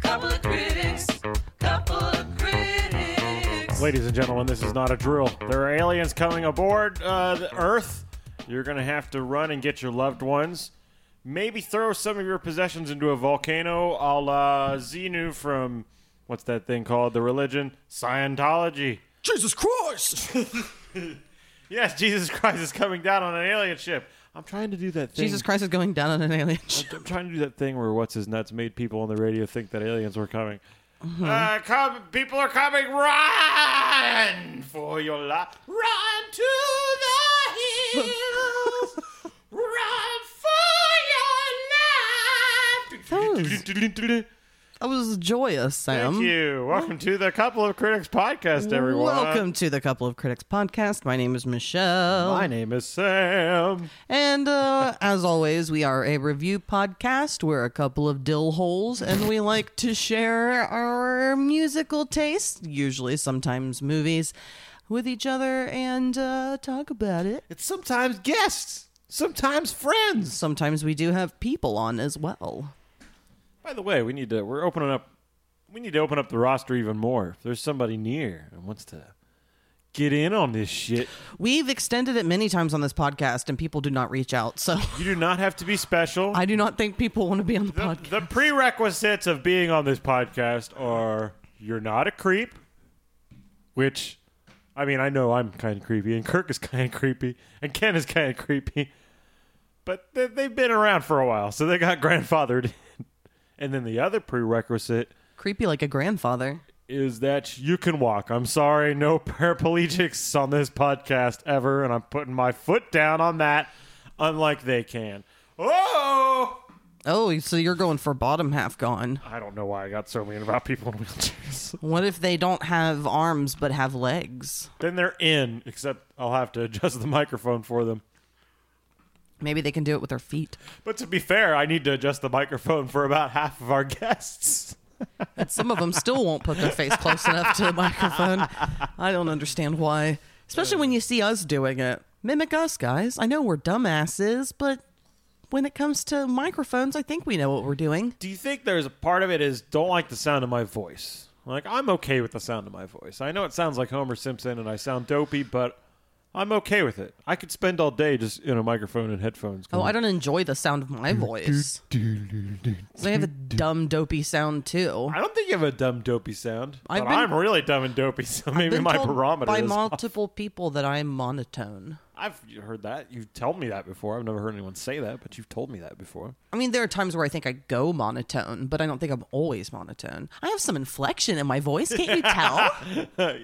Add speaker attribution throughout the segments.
Speaker 1: Couple of critics. Couple of critics.
Speaker 2: Ladies and gentlemen, this is not a drill. There are aliens coming aboard uh, the Earth. You're going to have to run and get your loved ones. Maybe throw some of your possessions into a volcano a la Xenu from, what's that thing called? The religion? Scientology.
Speaker 3: Jesus Christ!
Speaker 2: Yes, Jesus Christ is coming down on an alien ship. I'm trying to do that thing.
Speaker 4: Jesus Christ is going down on an alien ship.
Speaker 2: I'm trying to do that thing where what's his nuts made people on the radio think that aliens were coming. Uh, come, people are coming! Run for your life! Run to the hills! run for your life!
Speaker 4: That was joyous, Sam.
Speaker 2: Thank you. Welcome to the Couple of Critics podcast, everyone.
Speaker 4: Welcome to the Couple of Critics podcast. My name is Michelle.
Speaker 2: My name is Sam.
Speaker 4: And uh, as always, we are a review podcast. We're a couple of dill holes, and we like to share our musical tastes, usually sometimes movies, with each other and uh, talk about it.
Speaker 3: it's sometimes guests, sometimes friends.
Speaker 4: Sometimes we do have people on as well.
Speaker 2: By the way, we need to. We're opening up. We need to open up the roster even more. If there's somebody near and wants to get in on this shit,
Speaker 4: We've extended it many times on this podcast, and people do not reach out. So
Speaker 2: you do not have to be special.
Speaker 4: I do not think people want to be on the
Speaker 2: the,
Speaker 4: podcast.
Speaker 2: the prerequisites of being on this podcast are you're not a creep, which, I mean, I know I'm kind of creepy, and Kirk is kind of creepy, and Ken is kind of creepy, but they, they've been around for a while, so they got grandfathered. in. and then the other prerequisite
Speaker 4: Creepy like a grandfather.
Speaker 2: is that you can walk. I'm sorry, no paraplegics on this podcast ever, and I'm putting my foot down on that, unlike they can. Oh!
Speaker 4: Oh, so you're going for bottom half gone.
Speaker 2: I don't know why I got so mean about people in wheelchairs.
Speaker 4: What if they don't have arms but have legs?
Speaker 2: then they're in, except I'll have to adjust the microphone for them.
Speaker 4: Maybe they can do it with their feet.
Speaker 2: But to be fair, I need to adjust the microphone for about half of our guests.
Speaker 4: And some of them still won't put their face close enough to the microphone. I don't understand why. Especially when you see us doing it. Mimic us, guys. I know we're dumbasses, but when it comes to microphones, I think we know what we're doing.
Speaker 2: do you think there's a part of it is don't like the sound of my voice? Like I'm okay with the sound of my voice. I know it sounds like Homer Simpson and I sound dopey, but I'm okay with it. I could spend all day just in a microphone and headphones.
Speaker 4: Oh, I don't enjoy the sound of my voice. They have a dumb, dopey sound, too.
Speaker 2: I don't think you have a dumb dopey sound.
Speaker 4: I've
Speaker 2: but
Speaker 4: been-
Speaker 2: I'm really dumb and dopey, so maybe
Speaker 4: Been
Speaker 2: my
Speaker 4: told
Speaker 2: barometer
Speaker 4: By
Speaker 2: is.
Speaker 4: multiple people that I'm monotone.
Speaker 2: I've heard that. You've told me that before. I've never heard anyone say that, but you've told me that before.
Speaker 4: I mean, there are times where I think I go monotone, but I don't think I'm always monotone. I have some inflection in my voice, can't you tell?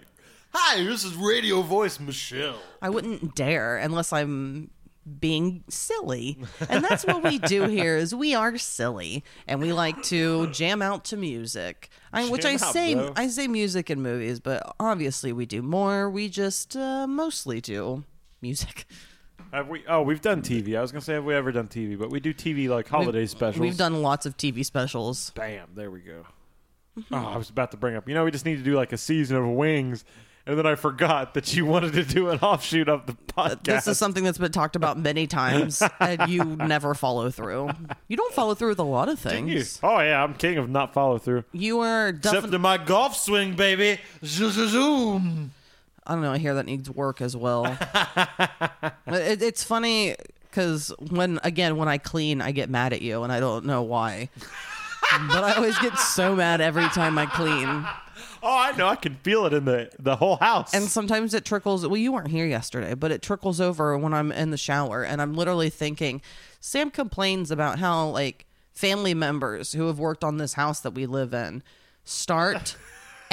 Speaker 3: Hi, this is Radio Voice Michelle.
Speaker 4: I wouldn't dare unless I'm being silly. And that's what we do here is we are silly and we like to jam out to music. I, which I
Speaker 2: Jam out,
Speaker 4: say
Speaker 2: bro.
Speaker 4: I say music and movies, but obviously we do more. We just uh, mostly do music.
Speaker 2: Have we? Oh, we've done TV. I was gonna say, have we ever done TV? But we do TV like holiday specials.
Speaker 4: We've done lots of TV specials.
Speaker 2: Bam! There we go.
Speaker 4: Mm-hmm.
Speaker 2: Oh, I was about to bring up. You know, we just need to do like a season of Wings, and then I forgot that you wanted to do an offshoot of the podcast.
Speaker 4: This is something that's been talked about many times, and you never follow through. You don't follow through with a lot of
Speaker 2: You-
Speaker 4: things.
Speaker 2: Oh yeah, I'm king of not follow through.
Speaker 4: You are
Speaker 3: Except
Speaker 4: definitely.
Speaker 3: in my golf swing, baby. Zoom.
Speaker 4: I don't know. I hear that needs work as well. it, it's funny because when again when I clean, I get mad at you, and I don't know why. but I always get so mad every time I clean,
Speaker 2: Oh, I know. I can feel it in the the whole house.
Speaker 4: and sometimes it trickles. Well, you weren't here yesterday, but it trickles over when I'm in the shower, and I'm literally thinking. Sam complains about how like family members who have worked on this house that we live in start.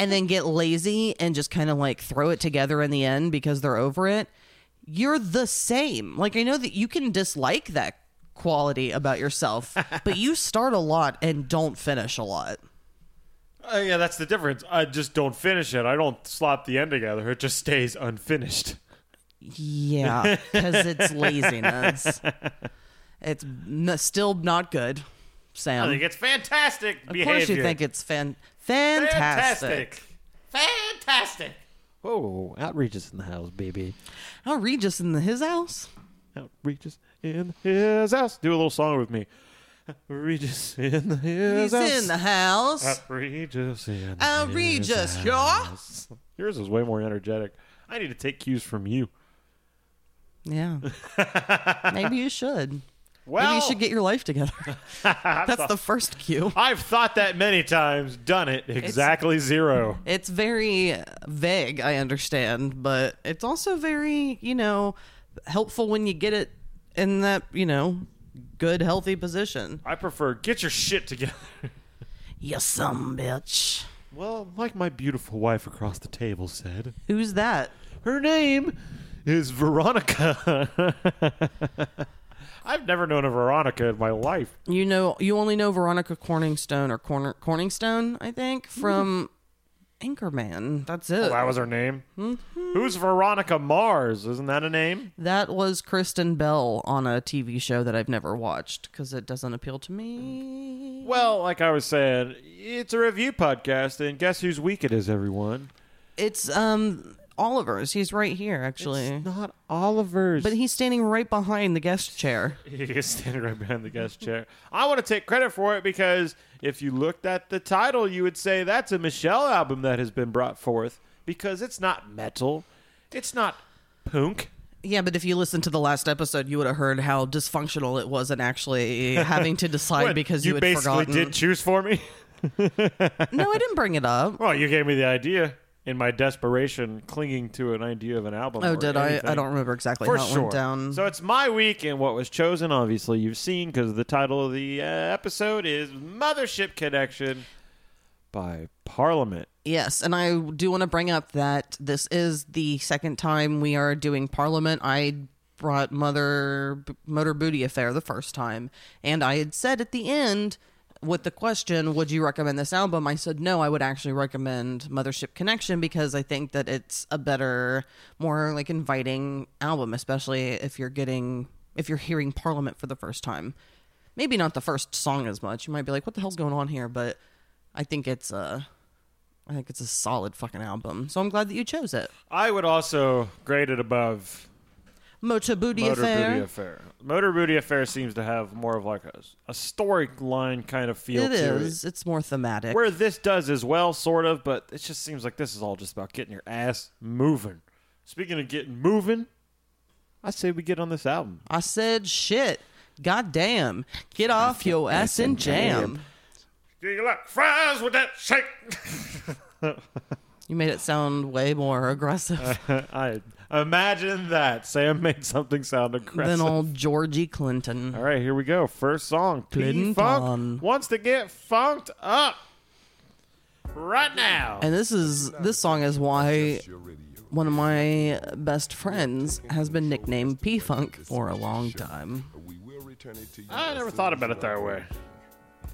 Speaker 4: And then get lazy and just kind of like throw it together in the end because they're over it. you're the same. Like I know that you can dislike that quality about yourself, but you start a lot and don't finish a lot.
Speaker 2: Oh, yeah, that's the difference. I just don't finish it. I don't slap the end together. It just stays unfinished.
Speaker 4: Yeah, because it's laziness. It's n- still not good, Sam.
Speaker 2: I think it's fantastic
Speaker 4: of
Speaker 2: behavior.
Speaker 4: course, you think it's fan- fantastic.
Speaker 2: fantastic.
Speaker 3: Fantastic.
Speaker 2: Whoa, outrageous in the house, baby.
Speaker 4: Oh, Outrageous in the, his house.
Speaker 2: Outrageous in his house. Do a little song with me. Regis in the
Speaker 4: He's
Speaker 2: hills.
Speaker 4: in the house.
Speaker 2: Uh,
Speaker 4: Oh,
Speaker 2: Outrageous in the
Speaker 4: Outrageous,
Speaker 2: hills.
Speaker 4: yeah.
Speaker 2: Yours is way more energetic. I need to take cues from you.
Speaker 4: Yeah. Maybe you should.
Speaker 2: Well,
Speaker 4: Maybe you should get your life together. That's the first cue.
Speaker 2: I've thought that many times, done it exactly zero.
Speaker 4: It's very vague, I understand, but it's also very, you know, helpful when you get it in that, you know, good, healthy position.
Speaker 2: I prefer get your shit together.
Speaker 4: You some bitch.
Speaker 2: Well, like my beautiful wife across the table said,
Speaker 4: Who's that?
Speaker 2: her name is Veronica. I've never known a Veronica in my life.
Speaker 4: You know, you only know Veronica Corningstone or Corner Corningstone, I think, from Anchorman. That's it.
Speaker 2: That was her name. Who's Veronica Mars? Isn't that a name?
Speaker 4: That was Kristen Bell on a TV show that I've never watched because it doesn't appeal to me.
Speaker 2: Well, like I was saying, it's a review podcast, and guess whose week it is, everyone?
Speaker 4: It's um Oliver's. He's right here, actually.
Speaker 2: Not Oliver's.
Speaker 4: Eh. But he's standing right behind the guest chair.
Speaker 2: He is standing right behind the guest chair. I want to take credit for it because if you looked at the title, you would say that's a Michelle album that has been brought forth because it's not metal, it's not punk.
Speaker 4: Yeah, but if you listened to the last episode, you would have heard how dysfunctional it was and actually having to decide
Speaker 2: What,
Speaker 4: because
Speaker 2: you,
Speaker 4: you, had
Speaker 2: basically
Speaker 4: forgotten.
Speaker 2: did choose for me.
Speaker 4: No, I didn't bring it up.
Speaker 2: Well, you gave me the idea in my desperation, clinging to an idea of an album.
Speaker 4: Oh,
Speaker 2: or
Speaker 4: did I?
Speaker 2: anything.
Speaker 4: I don't remember exactly
Speaker 2: For
Speaker 4: how it
Speaker 2: sure.
Speaker 4: went down.
Speaker 2: So it's my week, and what was chosen, obviously, you've seen because the title of the uh, episode is Mothership Connection by Parliament.
Speaker 4: Yes, and I do want to bring up that this is the second time we are doing Parliament. I brought Mother Motor Booty Affair the first time, and I had said at the end with the question, "Would you recommend this album?" I said no. I would actually recommend Mothership Connection because I think that it's a better, more like inviting album, especially if you're getting if you're hearing Parliament for the first time. Maybe not the first song as much. You might be like, "What the hell's going on here?" But I think it's uh I think it's a solid fucking album. So I'm glad that you chose it.
Speaker 2: I would also grade it above
Speaker 4: Mocha Booty
Speaker 2: Motor
Speaker 4: Affair.
Speaker 2: Booty Affair. Motor Booty Affair seems to have more of like a, a storyline kind of feel
Speaker 4: It
Speaker 2: to
Speaker 4: is. It's more thematic.
Speaker 2: it. Where this does as well, sort of, but it just seems like this is all just about getting your ass moving. Speaking of getting moving, I say we get on this album.
Speaker 4: I said shit. God damn. Get off your ass and jam.
Speaker 2: Do you like fries with that shake?
Speaker 4: You made it sound way more aggressive
Speaker 2: I imagine that Sam made something sound aggressive. Uh,
Speaker 4: than old Georgie Clinton.
Speaker 2: all right, here we go. First song, P
Speaker 4: Clinton.
Speaker 2: Funk wants to get funked up right now.
Speaker 4: And this is this song is why one of my best friends has been nicknamed P Funk for a long time.
Speaker 5: We will return it to you.
Speaker 2: I
Speaker 5: as
Speaker 2: never
Speaker 5: soon
Speaker 2: thought
Speaker 5: as
Speaker 2: about it
Speaker 5: you
Speaker 2: that
Speaker 5: are
Speaker 2: way.
Speaker 5: ready.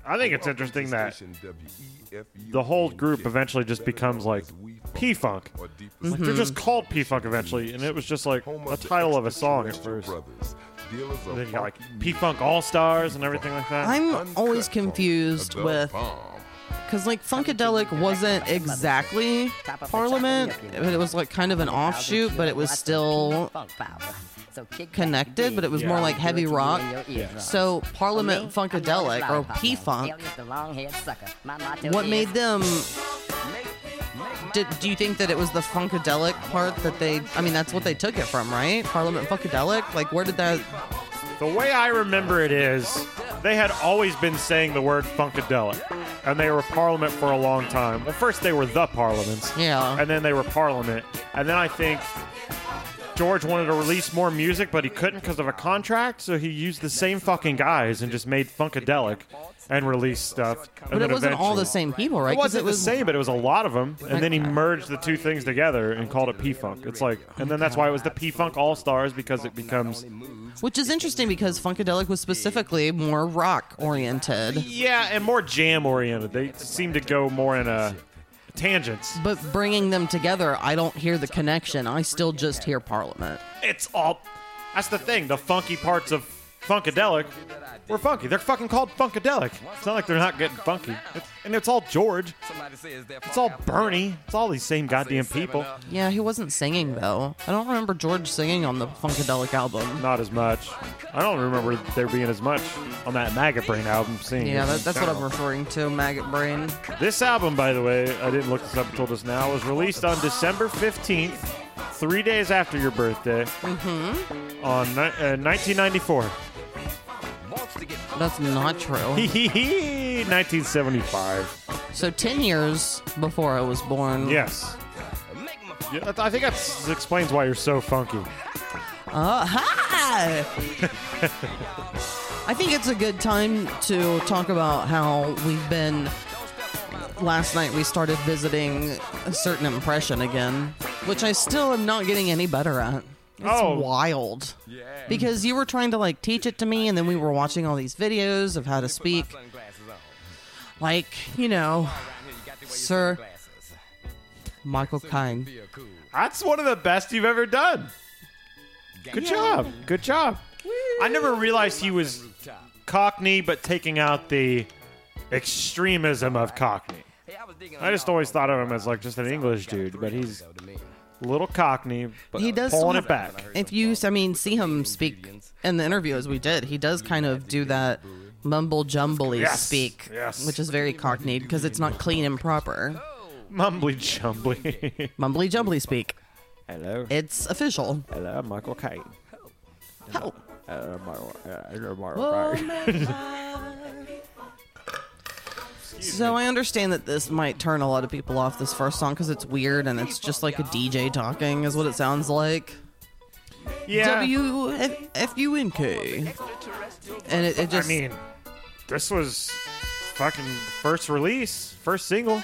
Speaker 2: I think it's
Speaker 5: Welcome to
Speaker 2: interesting that
Speaker 5: station E WEFU
Speaker 2: the whole group
Speaker 5: Kick,
Speaker 2: eventually just
Speaker 5: better
Speaker 2: becomes
Speaker 5: known
Speaker 2: like
Speaker 5: as We
Speaker 2: P Mm-hmm. Funk.
Speaker 5: or Deep
Speaker 2: Like they're just
Speaker 4: Hmm.
Speaker 2: called P Funk eventually, and it was just like
Speaker 5: Home
Speaker 2: a
Speaker 5: the
Speaker 2: title of a song at
Speaker 5: extraterrestrial
Speaker 2: first.
Speaker 5: brothers, dealers of
Speaker 2: And then you got like
Speaker 5: funky
Speaker 2: P
Speaker 5: music,
Speaker 2: Funk All Stars and everything like that.
Speaker 4: I'm
Speaker 5: uncut
Speaker 4: always
Speaker 5: funk,
Speaker 4: confused
Speaker 5: the
Speaker 4: with
Speaker 5: bomb.
Speaker 4: Because, like, Funkadelic wasn't exactly Parliament, but it was, like, kind of an offshoot, but it was still
Speaker 6: connected, but it was more like heavy rock. So, Parliament Funkadelic or P Funk,
Speaker 4: what made them. Did, do you think that it was the Funkadelic part that they. I mean, that's what they took it from, right? Parliament Funkadelic? Like, where did that.
Speaker 2: The way I remember it is they had always been saying the word Funkadelic, and they were Parliament for a long time. Well, first they were the Parliaments,
Speaker 4: Yeah.
Speaker 2: and then they were Parliament, and then I think George wanted to release more music, but he couldn't because of a contract, so he used the same fucking guys and just made Funkadelic and released stuff. And
Speaker 4: But
Speaker 2: then
Speaker 4: it wasn't all the
Speaker 2: eventually-
Speaker 4: same people, right?
Speaker 2: It
Speaker 4: 'Cause
Speaker 2: wasn't the same, but it was a lot of them. And then he
Speaker 4: Okay.
Speaker 2: merged the two things together and called it P Funk. It's like, and then that's why it was the P Funk All Stars because it becomes
Speaker 4: Which is interesting because Funkadelic was specifically more rock oriented.
Speaker 2: Yeah, and more jam oriented. They seem to go more in a tangents.
Speaker 4: But bringing them together, I don't hear the connection. I still just hear Parliament.
Speaker 2: It's all. That's the thing. The funky parts of Funkadelic were funky. They're fucking called Funkadelic. It's not like they're not getting funky. It's, and it's all George. It's all Bernie. It's all these same goddamn people.
Speaker 4: Yeah, he wasn't singing though. I don't remember George singing on the Funkadelic album.
Speaker 2: Not as much. I don't remember there being as much on that Maggot Brain album. Seeing
Speaker 4: Yeah,
Speaker 2: as
Speaker 4: that, that's what I'm
Speaker 2: sound.
Speaker 4: referring to, maggot brain.
Speaker 2: This album, by the way, I didn't look this up until just now, was released on December 15th, three days after your birthday, mm-hmm. on ni- uh, 1994.
Speaker 4: That's not true.
Speaker 2: 1975.
Speaker 4: So ten years before I was born.
Speaker 2: Yes. Yeah, that- I think that explains why you're so funky.
Speaker 4: Uh, hi. I think it's a good time to talk about how we've been. Last night we started visiting a certain impression again, which I still am not getting any better at. It's
Speaker 2: Oh.
Speaker 4: wild. Because you were trying to like teach it to me, and then we were watching all these videos of how to speak, like, you know, Sir Michael Kine.
Speaker 2: That's one of the best you've ever done. Good job. Good job. I never realized he was Cockney, but taking out the extremism of Cockney. I just always thought of him as like just an English dude, but he's a little Cockney, but
Speaker 4: He does
Speaker 2: pulling
Speaker 4: some-
Speaker 2: it back.
Speaker 4: if you i mean see him speak in the interview as we did he does kind of do that mumble jumbly
Speaker 2: Yes,
Speaker 4: speak
Speaker 2: yes.
Speaker 4: which is very cockney because it's not clean and proper
Speaker 2: Mumbly jumbly.
Speaker 4: mumbly jumbly speak
Speaker 2: Hello.
Speaker 4: it's official
Speaker 2: Hello, Michael Caine.
Speaker 4: Hello.
Speaker 2: Hello, Michael, uh, hello,
Speaker 4: uh, so i understand that this might turn a lot of people off this first song because it's weird and it's just like a dj talking is what it sounds like
Speaker 2: Yeah.
Speaker 4: w F- f-u-n-k and it, it
Speaker 2: I
Speaker 4: just
Speaker 2: mean, this was fucking first release, first single.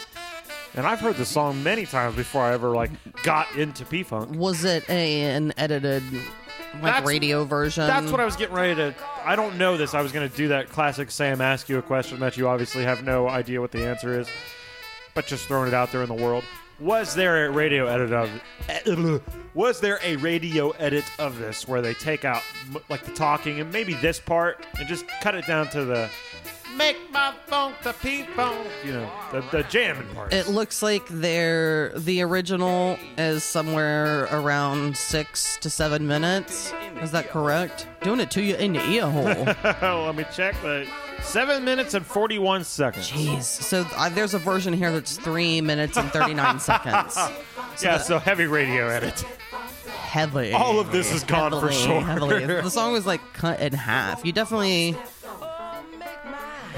Speaker 2: And I've heard this song many times before I ever like got into P Funk.
Speaker 4: was it a, an edited like
Speaker 2: That's-
Speaker 4: radio version
Speaker 2: That's what I was getting ready to. I don't know this. I was going to do that classic Sam ask you a question that you obviously have no idea what the answer is, but just throwing it out there in the world. Was there a radio edit of? Was there a radio edit of this where they take out m- like the talking and maybe this part and just cut it down to the make my funk the peep funk, you know, the, the jamming part.
Speaker 4: It looks like they're the original is somewhere around six to seven minutes. Is that correct? Doing it to you in the ear hole.
Speaker 2: oh, let me check the seven minutes and forty-one seconds.
Speaker 4: Jeez. So I, there's a version here that's three minutes and 39 seconds.
Speaker 2: yeah, so heavy radio edit.
Speaker 4: Heavily.
Speaker 2: All of this is gone for
Speaker 4: Heavily,
Speaker 2: sure.
Speaker 4: heavily. The song was like cut in half. You definitely.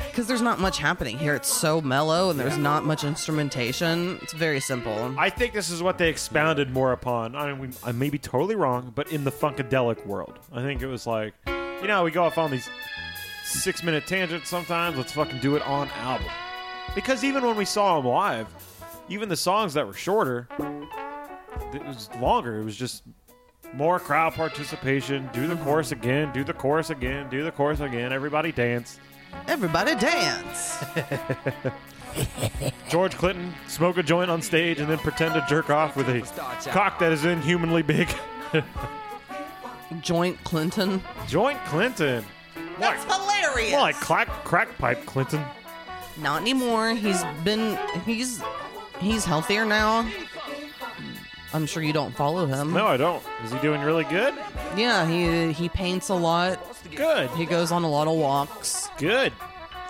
Speaker 4: Because there's not much happening here. It's so mellow and there's not much instrumentation. It's very simple.
Speaker 2: I think this is what they expounded more upon. I mean, we, I may be totally wrong, but in the funkadelic world, I think it was like, you know, we go off on these six-minute tangents sometimes. Let's fucking do it on album, because even when we saw them live, even the songs that were shorter, it was longer. It was just more crowd participation. Do the chorus again. Do the chorus again. Do the chorus again. Everybody dance.
Speaker 4: Everybody dance.
Speaker 2: George Clinton smoke a joint on stage and then pretend to jerk off with a cock that is inhumanly big.
Speaker 4: Joint Clinton.
Speaker 2: Joint Clinton.
Speaker 4: That's hilarious.
Speaker 2: More like clack, crack pipe Clinton.
Speaker 4: Not anymore. He's been he's he's healthier now. I'm sure you don't follow him.
Speaker 2: No, I don't. Is he doing really good?
Speaker 4: Yeah, he he paints a lot.
Speaker 2: Good.
Speaker 4: He goes on a lot of walks.
Speaker 2: Good.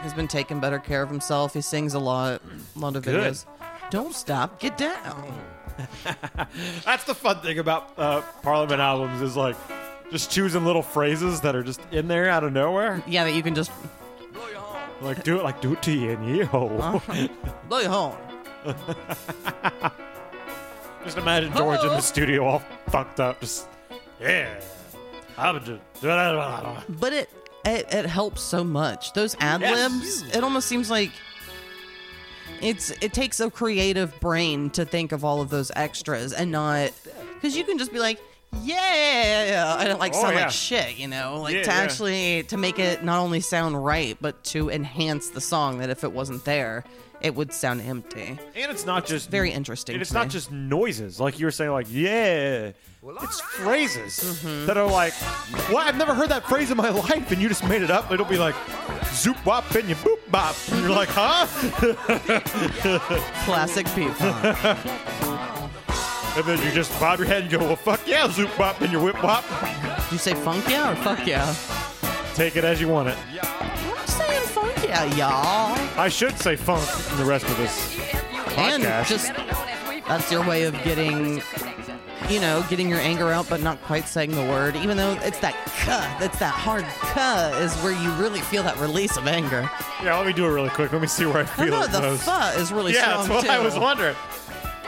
Speaker 4: He's been taking better care of himself. He sings a lot, a lot of
Speaker 2: Good.
Speaker 4: videos. Don't stop, get down.
Speaker 2: That's the fun thing about uh, Parliament albums is like just choosing little phrases that are just in there out of nowhere.
Speaker 4: Yeah, that you can just
Speaker 2: Like do it, like do it to you and you.
Speaker 4: blow your horn.
Speaker 2: Just imagine George in the studio all fucked up. Just yeah. I'm just.
Speaker 4: But it, it it helps so much. Those ad libs. It almost seems like it's it takes a creative brain to think of all of those extras and not because you can just be like, yeah, and it like
Speaker 2: Oh,
Speaker 4: sound
Speaker 2: yeah.
Speaker 4: like shit, you know, like
Speaker 2: Yeah,
Speaker 4: to
Speaker 2: yeah.
Speaker 4: actually to make it not only sound right, but to enhance the song. That if it wasn't there, it would sound empty.
Speaker 2: And it's not just
Speaker 4: Very interesting.
Speaker 2: And it's
Speaker 4: to
Speaker 2: not
Speaker 4: me.
Speaker 2: just noises, like you were saying, like yeah. it's phrases that are like, well, I've never heard that phrase in my life, and you just made it up. It'll be like, zoop wop and you boop bop, and you're like, huh?
Speaker 4: classic people.
Speaker 2: And then you just bob your head and go, well, fuck yeah, zoop bop and you whip bop.
Speaker 4: you say funk yeah or fuck yeah?
Speaker 2: Take it as you want it.
Speaker 4: I'm saying funk yeah, y'all.
Speaker 2: I should say funk in the rest of this.
Speaker 4: And
Speaker 2: Podcast.
Speaker 4: just that's your way of getting you know, getting your anger out but not quite saying the word, even though it's that cuh, that's that hard cuh is where you really feel that release of anger.
Speaker 2: Yeah, let me do it really quick. Let me see where I
Speaker 4: I
Speaker 2: feel
Speaker 4: know
Speaker 2: it
Speaker 4: the
Speaker 2: most.
Speaker 4: fuh is really
Speaker 2: yeah,
Speaker 4: strong
Speaker 2: that's what
Speaker 4: too.
Speaker 2: I was wondering.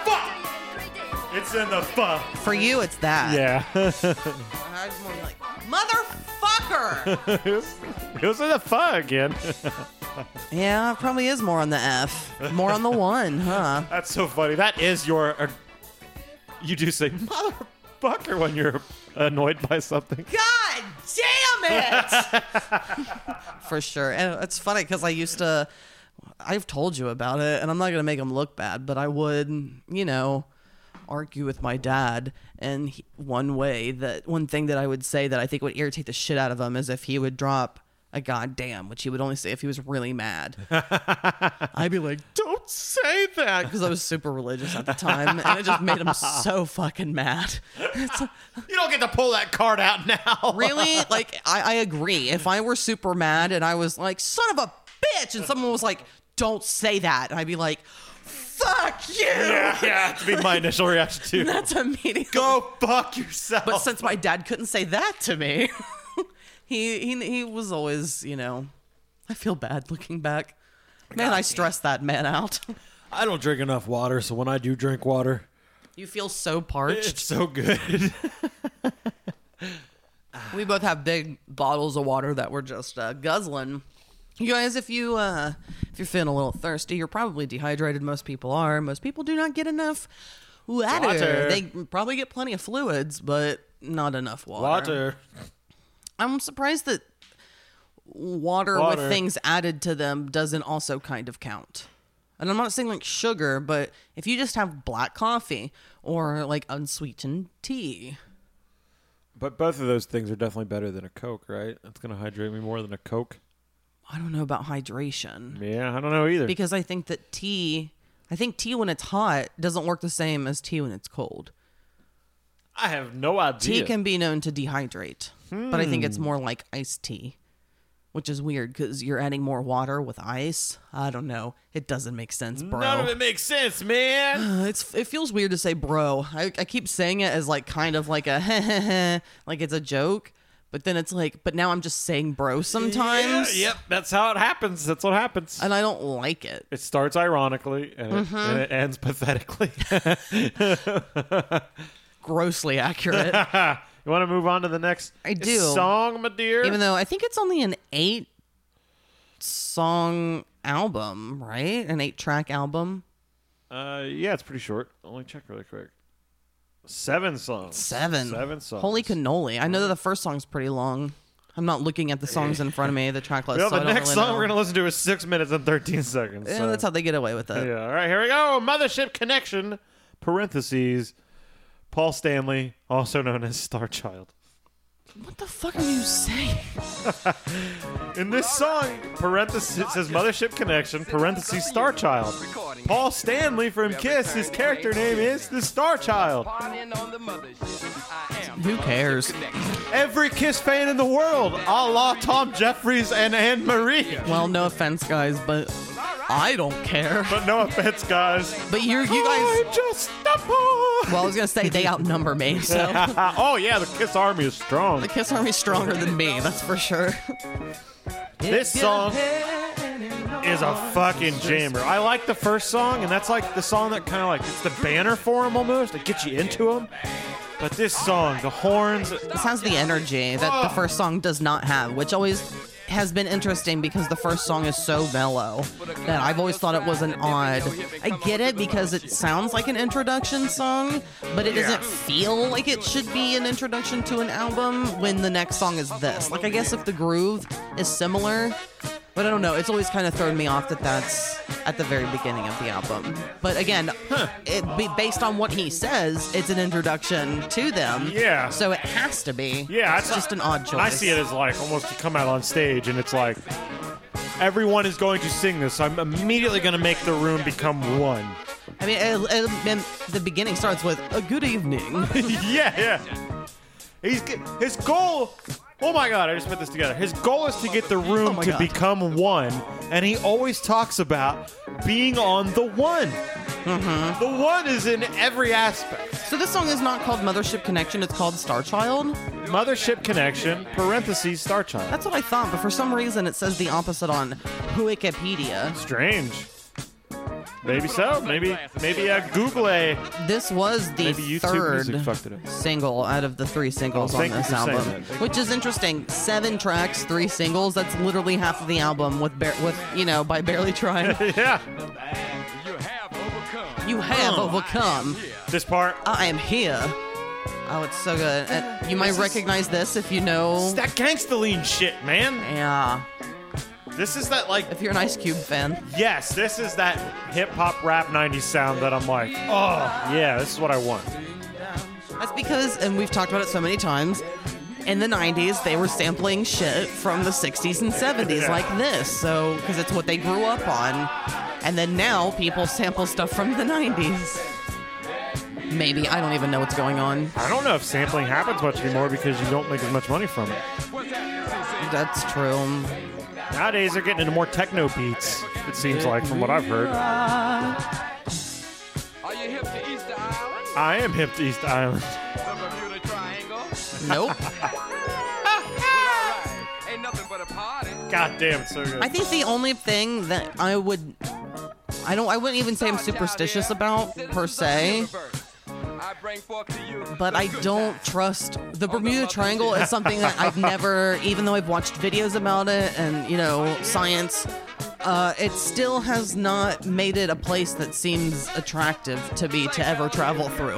Speaker 2: Fuck! It's in the fuck.
Speaker 4: For you, it's that.
Speaker 2: Yeah.
Speaker 4: I was more like, motherfucker.
Speaker 2: It was in the fuck again.
Speaker 4: yeah, it probably is more on the F, more on the one, huh?
Speaker 2: That's so funny. That is your. Uh, you do say motherfucker when you're annoyed by something.
Speaker 4: God damn it! For sure. And it's funny because I used to, I've told you about it, and I'm not going to make him look bad, but I would, you know, argue with my dad. And he, one way that, one thing that I would say that I think would irritate the shit out of him is if he would drop a goddamn, which he would only say if he was really mad. I'd be like, don't say that. Because I was super religious at the time, and it just made him so fucking mad.
Speaker 2: You don't get to pull that card out now.
Speaker 4: really like I, I agree if i were super mad and i was like son of a bitch and someone was like don't say that and i'd be like fuck you
Speaker 2: Yeah, that'd be my initial reaction too.
Speaker 4: that's immediately
Speaker 2: Go fuck yourself.
Speaker 4: but since my dad couldn't say that to me he, he he was always you know i feel bad looking back man i stressed that man out
Speaker 2: I don't drink enough water, so when I do drink water,
Speaker 4: you feel so parched
Speaker 2: it's so good.
Speaker 4: we both have big bottles of water that we're just uh, guzzling. You guys, if you uh, if you're feeling a little thirsty, you're probably dehydrated. Most people are. Most people do not get enough water.
Speaker 2: Water.
Speaker 4: They probably get plenty of fluids, but not enough water. I'm surprised that water,
Speaker 2: Water.
Speaker 4: with things added to them doesn't also kind of count. And I'm not saying like sugar, but if you just have black coffee or like unsweetened tea,
Speaker 2: But both of those things are definitely better than a Coke, right? That's gonna hydrate me more than a Coke.
Speaker 4: I don't know about hydration.
Speaker 2: Yeah, I don't know either.
Speaker 4: because I think that tea, I think tea when it's hot doesn't work the same as tea when it's cold.
Speaker 2: I have no idea.
Speaker 4: Tea can be known to dehydrate, but I think it's more like iced tea, which is weird because you're adding more water with ice. I don't know. It doesn't make sense, bro. Uh,
Speaker 2: None of it makes sense, man.
Speaker 4: It's it feels weird to say bro. I, I keep saying it as like kind of like a like it's a joke, but then it's like but now I'm just saying bro sometimes,
Speaker 2: Yeah, yep, that's how it happens. That's what happens.
Speaker 4: and I Mm-hmm. don't like it.
Speaker 2: It starts ironically and it, and it ends pathetically.
Speaker 4: Grossly accurate.
Speaker 2: you want to move on to the next
Speaker 4: I do.
Speaker 2: song, my dear?
Speaker 4: even though I think it's only an eight song album, right? An eight track album.
Speaker 2: uh, yeah, it's pretty short. Only check really quick. Seven songs.
Speaker 4: Seven.
Speaker 2: Seven songs.
Speaker 4: Holy cannoli. I know that the first song's pretty long. I'm not looking at the songs in front of me, the track list.
Speaker 2: Well,
Speaker 4: so I
Speaker 2: the
Speaker 4: don't
Speaker 2: next
Speaker 4: really
Speaker 2: song
Speaker 4: know.
Speaker 2: we're gonna listen to is six minutes and thirteen seconds.
Speaker 4: Yeah,
Speaker 2: so-
Speaker 4: that's how they get away with it.
Speaker 2: yeah. All right, here we go. Mothership Connection. Parentheses. Paul Stanley, also known as Starchild.
Speaker 4: What the fuck are you saying?
Speaker 2: In this song, parentheses it says Mothership Connection, parentheses Starchild. Paul Stanley from Kiss, his character name is the Starchild.
Speaker 4: Who cares?
Speaker 2: Every Kiss fan in the world, a la Tom Jeffries and Anne Marie.
Speaker 4: Well, no offense, guys, but I don't care.
Speaker 2: But no offense, guys.
Speaker 4: But you, you guys.
Speaker 2: I'm just a boy.
Speaker 4: Well, I was gonna say they outnumber me, so
Speaker 2: oh yeah, the Kiss Army is strong.
Speaker 4: the Kiss Army's stronger than me. That's for sure.
Speaker 2: This song is a fucking jammer. I like the first song, and that's like the song that kind of like it's the banner for him almost. It gets you into him. But this song, the horns,
Speaker 4: This has the energy that the first song does not have, which always has been interesting because the first song is so mellow that I've always thought it was an odd. I get it because it sounds like an introduction song, but it doesn't feel like it should be an introduction to an album when the next song is this. Like, I guess if the groove is similar, but I don't know. It's always kind of thrown me off that that's at the very beginning of the album. But again, it be, based on what he says, it's an introduction to them.
Speaker 2: Yeah.
Speaker 4: So it has to be.
Speaker 2: Yeah,
Speaker 4: It's
Speaker 2: it's-
Speaker 4: just an odd choice.
Speaker 2: I see it as like almost you come out on stage and it's like everyone is going to sing this. I'm immediately going to make the room become one.
Speaker 4: I mean, it, it, and the beginning starts with a good evening.
Speaker 2: yeah, yeah. He's g- his goal. Oh my god, I just put this together. His goal is to get the room
Speaker 4: Oh my
Speaker 2: to
Speaker 4: God.
Speaker 2: become one, and he always talks about being on the one.
Speaker 4: Mm-hmm.
Speaker 2: The one is in every aspect.
Speaker 4: so this song is not called Mothership Connection. It's called Star Child.
Speaker 2: Mothership connection parentheses star child.
Speaker 4: That's what I thought, but for some reason it says the opposite on Wikipedia.
Speaker 2: Strange. Maybe so. Maybe maybe uh, Google a
Speaker 4: This was the
Speaker 2: Maybe YouTube music fucked it
Speaker 4: third
Speaker 2: up.
Speaker 4: single out of the three singles
Speaker 2: Oh,
Speaker 4: on
Speaker 2: thank you
Speaker 4: this
Speaker 2: for saying
Speaker 4: album,
Speaker 2: that. Thank
Speaker 4: which is interesting. Seven tracks, three singles. That's literally half of the album with bar- with you know by barely trying.
Speaker 2: yeah.
Speaker 4: you
Speaker 2: Oh.
Speaker 4: have overcome.
Speaker 2: This part.
Speaker 4: I am here. Oh, it's so good. Uh, you might recognize this if you know.
Speaker 2: It's that gangsta lean shit, man.
Speaker 4: Yeah.
Speaker 2: This is that like
Speaker 4: If you're an Ice Cube fan,
Speaker 2: Yes, this is that hip hop rap 90s sound that I'm like, oh, yeah, this is what I want.
Speaker 4: that's because, and we've talked about it so many times, in the 90s, they were sampling shit from the 60s and 70s
Speaker 2: Yeah.
Speaker 4: like this. So, because it's what they grew up on. And then now people sample stuff from the 90s. Maybe. I don't even know what's going on.
Speaker 2: I don't know if sampling happens much anymore because you don't make as much money from it.
Speaker 4: That's true.
Speaker 2: Nowadays, they're getting into more techno beats, it seems like, from what I've heard. I am hip to East Island.
Speaker 4: Nope.
Speaker 2: God damn, it's so good.
Speaker 4: I think the only thing that I would. I don't. I wouldn't even say I'm superstitious about per se, but I don't trust the Bermuda Triangle is something that I've never, even though I've watched videos about it and you know science, uh, it still has not made it a place that seems attractive to me to ever travel through.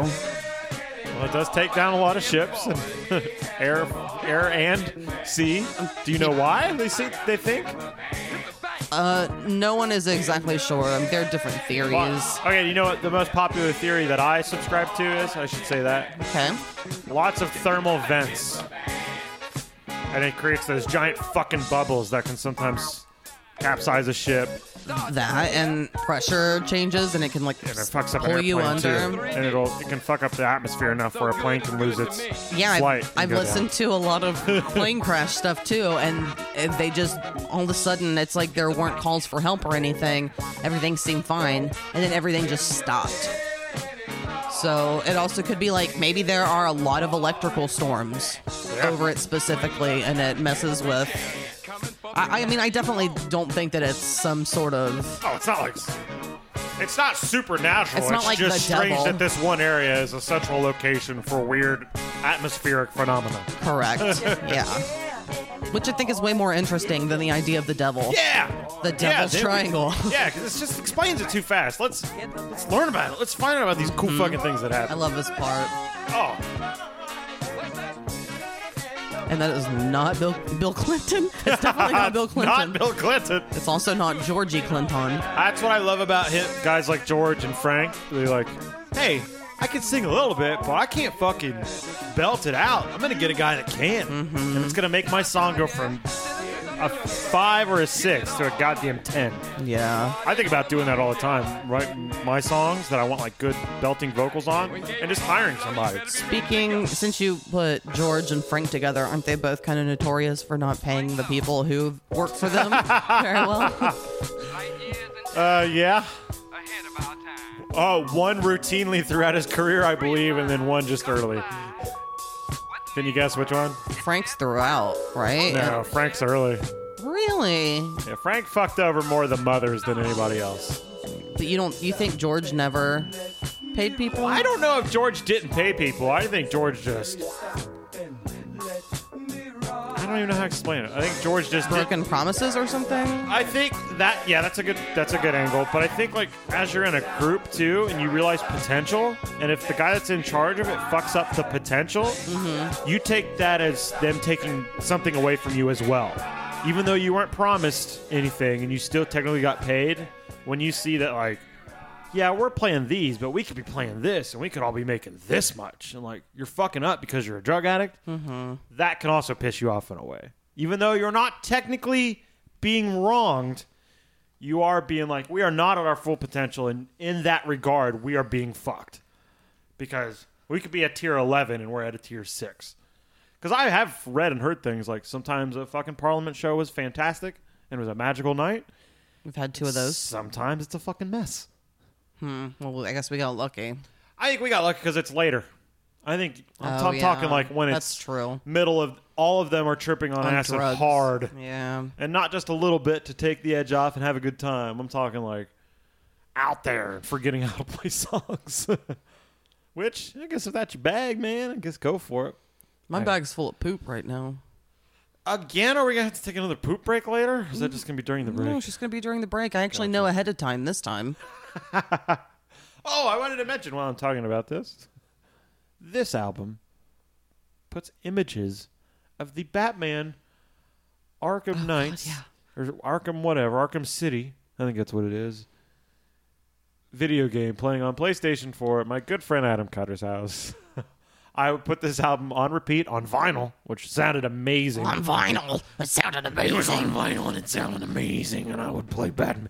Speaker 2: well, it does take down a lot of ships, and air, air and sea. Do you know why they see, they think?
Speaker 4: Uh, no one is exactly sure. I mean, there are different theories.
Speaker 2: Okay, you know what? The most popular theory that I subscribe to is, I should say that,
Speaker 4: Okay.
Speaker 2: lots of thermal vents. And it creates those giant fucking bubbles that can sometimes capsize a ship
Speaker 4: that and pressure changes and it can like
Speaker 2: and it fucks up an
Speaker 4: pull
Speaker 2: airplane
Speaker 4: you under.
Speaker 2: too. And it'll it can fuck up the atmosphere enough where a plane can lose its
Speaker 4: Yeah,
Speaker 2: flight.
Speaker 4: I've,
Speaker 2: and
Speaker 4: I've
Speaker 2: go down.
Speaker 4: listened to a lot of plane crash stuff too, and if they just all of a sudden it's like there weren't calls for help or anything. Everything seemed fine, and then everything just stopped. So it also could be like maybe there are a lot of electrical storms
Speaker 2: Yeah.
Speaker 4: over it specifically, and it messes with. I, I mean, I definitely don't think that it's some sort of.
Speaker 2: Oh, it's not like s- it's not supernatural.
Speaker 4: It's not like
Speaker 2: just
Speaker 4: the
Speaker 2: strange
Speaker 4: devil.
Speaker 2: that this one area is a central location for weird atmospheric phenomena.
Speaker 4: Correct. yeah. Which I think is way more interesting than the idea of the devil.
Speaker 2: Yeah,
Speaker 4: The devil's
Speaker 2: they-
Speaker 4: triangle.
Speaker 2: yeah, because it just explains it too fast. Let's let's learn about it. Let's find out about these
Speaker 4: Mm-hmm.
Speaker 2: cool fucking things that
Speaker 4: I
Speaker 2: happen.
Speaker 4: love this part.
Speaker 2: oh,
Speaker 4: And that is not Bill, Bill Clinton. It's definitely not Bill Clinton.
Speaker 2: Not Bill Clinton.
Speaker 4: it's also not Georgie Clinton.
Speaker 2: That's what I love about him. Guys like George and Frank, they're like, hey, I can sing a little bit, but I can't fucking belt it out. I'm going to get a guy that can.
Speaker 4: Mm-hmm.
Speaker 2: And it's going to make my song go from a five or a six to a goddamn 10.
Speaker 4: Yeah.
Speaker 2: I think about doing that all the time, writing my songs that I want like good belting vocals on and just hiring somebody.
Speaker 4: Speaking, since you put George and Frank together, aren't they both kind of notorious for not paying the people who work for them very well?
Speaker 2: Uh, yeah. Oh, one routinely throughout his career, I believe, and then one just early. Can you guess which one?
Speaker 4: Frank's throughout, right?
Speaker 2: No, Frank's early.
Speaker 4: Really?
Speaker 2: Yeah, Frank fucked over more the mothers than anybody else.
Speaker 4: But you don't. You think George never paid people?
Speaker 2: I don't know if George didn't pay people. I think George just. I don't don't even know how to explain it. I think George just did-
Speaker 4: Broken promises or something?
Speaker 2: I think that yeah, that's a good that's a good angle. But I think like as you're in a group too, and you realize potential, and if the guy that's in charge of it fucks up the potential, you take that as them taking something away from you as well. Even though you weren't promised anything, and you still technically got paid, when you see that like, yeah, we're playing these, but we could be playing this, and we could all be making this much, and like you're fucking up because you're a drug addict that can also piss you off in a way. Even though you're not technically being wronged, you are being like, we are not at our full potential. And in that regard, we are being fucked. Because we could be at tier 11 and we're at a tier 6. Because I have read and heard things like sometimes a fucking Parliament show was fantastic and was a magical night.
Speaker 4: We've had two of those.
Speaker 2: Sometimes it's a fucking mess.
Speaker 4: Well, I guess we got lucky.
Speaker 2: I think we got lucky because it's later. I think I'm,
Speaker 4: Oh,
Speaker 2: I'm
Speaker 4: yeah.
Speaker 2: talking like when
Speaker 4: That's
Speaker 2: it's
Speaker 4: true.
Speaker 2: middle of all of them are tripping on,
Speaker 4: On
Speaker 2: acid
Speaker 4: drugs.
Speaker 2: hard.
Speaker 4: Yeah.
Speaker 2: and not just a little bit to take the edge off and have a good time. I'm talking like out there and forgetting how to play songs. Which I guess if that's your bag, man, I guess go for it.
Speaker 4: My bag's full of poop right now.
Speaker 2: Again, are we gonna have to take another poop break later? Is that just gonna be during the break?
Speaker 4: No, it's just going to be during the break. I actually know ahead of time this time.
Speaker 2: Oh, I wanted to mention while I'm talking about this. This album puts images of the Batman
Speaker 6: Oh,
Speaker 2: Arkham Knights or Arkham whatever, Arkham City, I think that's what it is. Video game playing on PlayStation 4 at my good friend Adam Cutter's house. I would put this album on repeat on vinyl, which sounded amazing. On
Speaker 6: Vinyl. It sounded amazing.
Speaker 2: vinyl and it sounded amazing, and I would play Batman.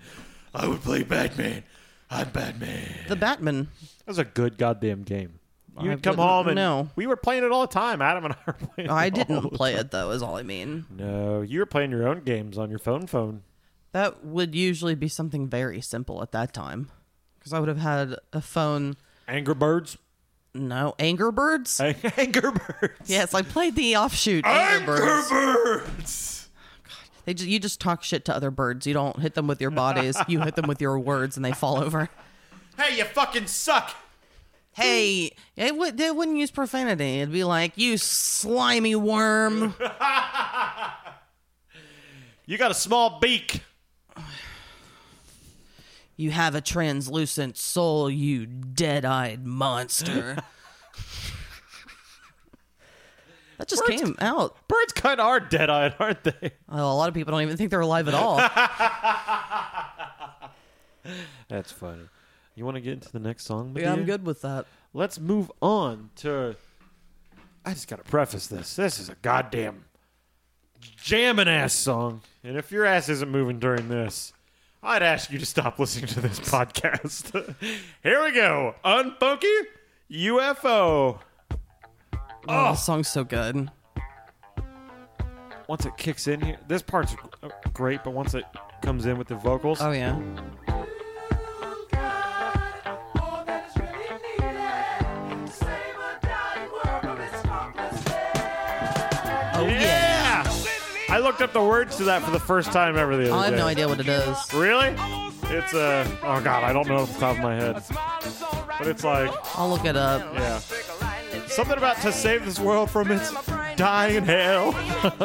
Speaker 2: I would play Batman. I'm Batman.
Speaker 4: The Batman.
Speaker 2: That was a good goddamn game. You'd
Speaker 4: I've
Speaker 2: come
Speaker 4: written-
Speaker 2: home and
Speaker 4: no.
Speaker 2: we were playing it all the time. Adam and I were playing.
Speaker 4: Oh, I
Speaker 2: it
Speaker 4: didn't
Speaker 2: all the
Speaker 4: play
Speaker 2: time.
Speaker 4: it though, is all I mean.
Speaker 2: No, you were playing your own games on your phone. Phone.
Speaker 4: That would usually be something very simple at that time. Because I would have had a phone.
Speaker 2: Angry Birds.
Speaker 4: No, Anger Birds?
Speaker 2: Angry Birds.
Speaker 4: yes, I played the offshoot Anger Birds. They just, you just talk shit to other birds. You don't hit them with your bodies. you hit them with your words, and they fall over.
Speaker 2: Hey, you fucking suck.
Speaker 4: Hey, it would they wouldn't use profanity. It'd be like you slimy worm.
Speaker 2: You got a small beak.
Speaker 4: You have a translucent soul, you dead eyed monster. that just came out.
Speaker 2: Birds kind of are dead-eyed, aren't they?
Speaker 4: Well, a lot of people don't even think they're alive at all.
Speaker 2: That's funny. You want to get into the next song?
Speaker 4: yeah, I'm
Speaker 2: Medea?
Speaker 4: good with that.
Speaker 2: Let's move on to. I just got to preface this. This is a goddamn jamming ass song. And if your ass isn't moving during this, I'd ask you to stop listening to this podcast. Here we go. Unfunky UFO.
Speaker 4: Oh, this song's so good.
Speaker 2: Once it kicks in here, this part's uh, great, but once it comes in with the vocals,
Speaker 4: Oh yeah.
Speaker 2: yeah. I looked up the words to that for the first time ever the other
Speaker 4: I have
Speaker 2: day.
Speaker 4: no idea what it is.
Speaker 2: Really? It's a. oh god, I don't know off the top of my head. But it's like.
Speaker 4: I'll look it up.
Speaker 2: Yeah. Something about to save this world from its dying hell. God,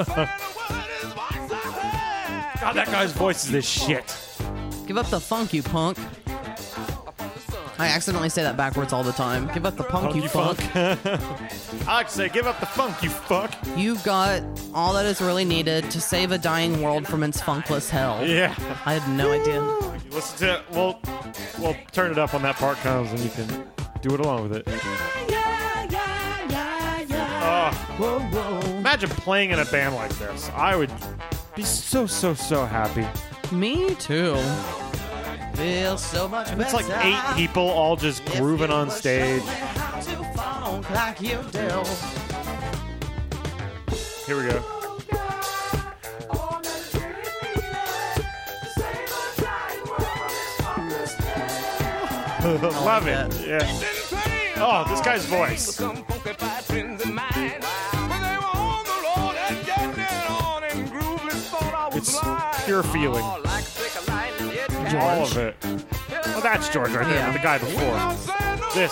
Speaker 2: that guy's voice is this shit.
Speaker 4: Give up the funk, you punk. I accidentally say that backwards all the time. Give up the punk, you punk.
Speaker 2: I like to say, give up the funk, you fuck.
Speaker 4: You've got all that is really needed to save a dying world from its funkless hell.
Speaker 2: Yeah.
Speaker 4: I had no idea.
Speaker 2: You Listen to it. We'll, we'll turn it up when that part comes and you can do it along with it. Oh. Imagine playing in a band like this. I would be so, so, so happy.
Speaker 4: Me too. Feel so much better.
Speaker 2: It's like eight people all just
Speaker 4: if
Speaker 2: grooving
Speaker 4: you
Speaker 2: on
Speaker 4: were
Speaker 2: stage.
Speaker 4: showing how to funk like you do.
Speaker 2: Here we go. Love it. Yeah. Oh, this guy's voice. It's pure feeling. All of it. Well, that's George right there,
Speaker 4: Yeah.
Speaker 2: the guy before. This.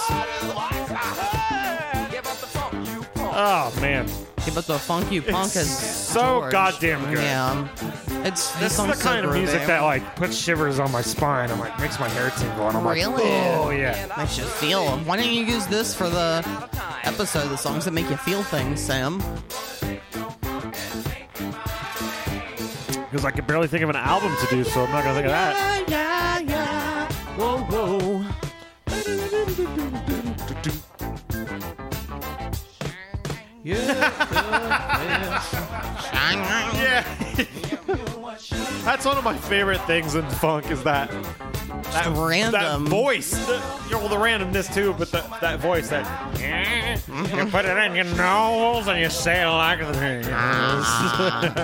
Speaker 2: Oh, man.
Speaker 4: Yeah, but the funky punk is
Speaker 2: so
Speaker 4: George.
Speaker 2: goddamn good.
Speaker 4: Yeah, it's
Speaker 2: This is the kind of music that like puts shivers on my spine. I'm like, makes my hair tingle. And I'm
Speaker 4: Really?
Speaker 2: like, oh yeah.
Speaker 4: makes you feel. Why don't you use this for the episode? The songs that make you feel things, Sam.
Speaker 2: Because I could barely think of an album to do, so I'm not gonna think of that.
Speaker 4: yeah, yeah. Whoa, whoa.
Speaker 2: Yeah. That's one of my favorite things in funk is that that
Speaker 4: random.
Speaker 2: that voice. The, you know, the randomness too, but the, that voice that you put it in your nose and you say it like this.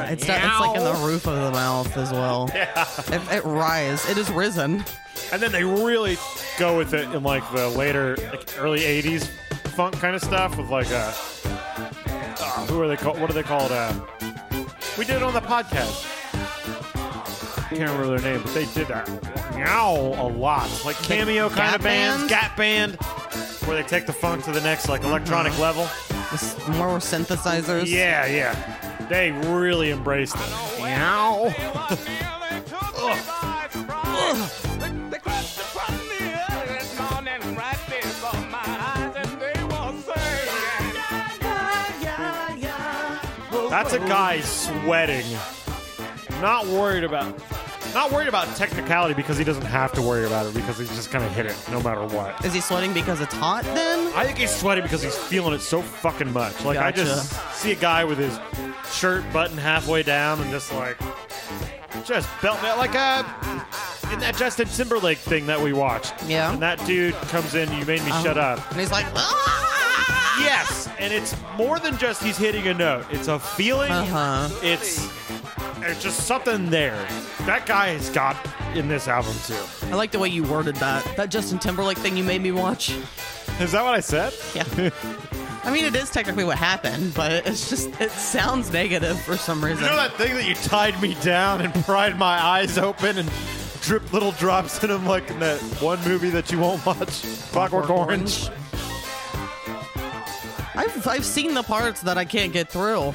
Speaker 4: It's, not, it's like in the roof of the mouth as well. It, it rise. It is risen.
Speaker 2: and then they really go with it in like the later like early 80s funk kind of stuff with like uh, uh who are they called what are they called uh we did it on the podcast can't remember their name but they did that meow a lot like cameo kind
Speaker 4: Gap
Speaker 2: of bands
Speaker 4: bands?
Speaker 2: gap band where they take the funk to the next like electronic level
Speaker 4: This more synthesizers.
Speaker 2: yeah yeah they really embraced it meow That's a guy sweating, not worried about, not worried about technicality because he doesn't have to worry about it because he's just gonna hit it no matter what.
Speaker 4: Is he sweating because it's hot then?
Speaker 2: I think he's sweating because he's feeling it so fucking much. Like I just see a guy with his shirt button halfway down and just like, just belting it like uh in that Justin Timberlake thing that we watched.
Speaker 4: Yeah.
Speaker 2: And that dude comes in. You made me shut up.
Speaker 4: Uh-huh. And he's like, "Ah!"
Speaker 2: Yes, and it's more than just he's hitting a note. It's a feeling.
Speaker 4: Uh-huh.
Speaker 2: It's there's just something there. That guy has got in this album too.
Speaker 4: I like the way you worded that. That Justin Timberlake thing you made me watch.
Speaker 2: Is that what I said?
Speaker 4: Yeah. I mean, it is technically what happened, but it's just, it sounds negative for some reason.
Speaker 2: You know that thing that you tied me down and pried my eyes open and dripped little drops in them like in that one movie that you won't watch, Clockwork Orange.
Speaker 4: I've, I've seen the parts that I can't get through.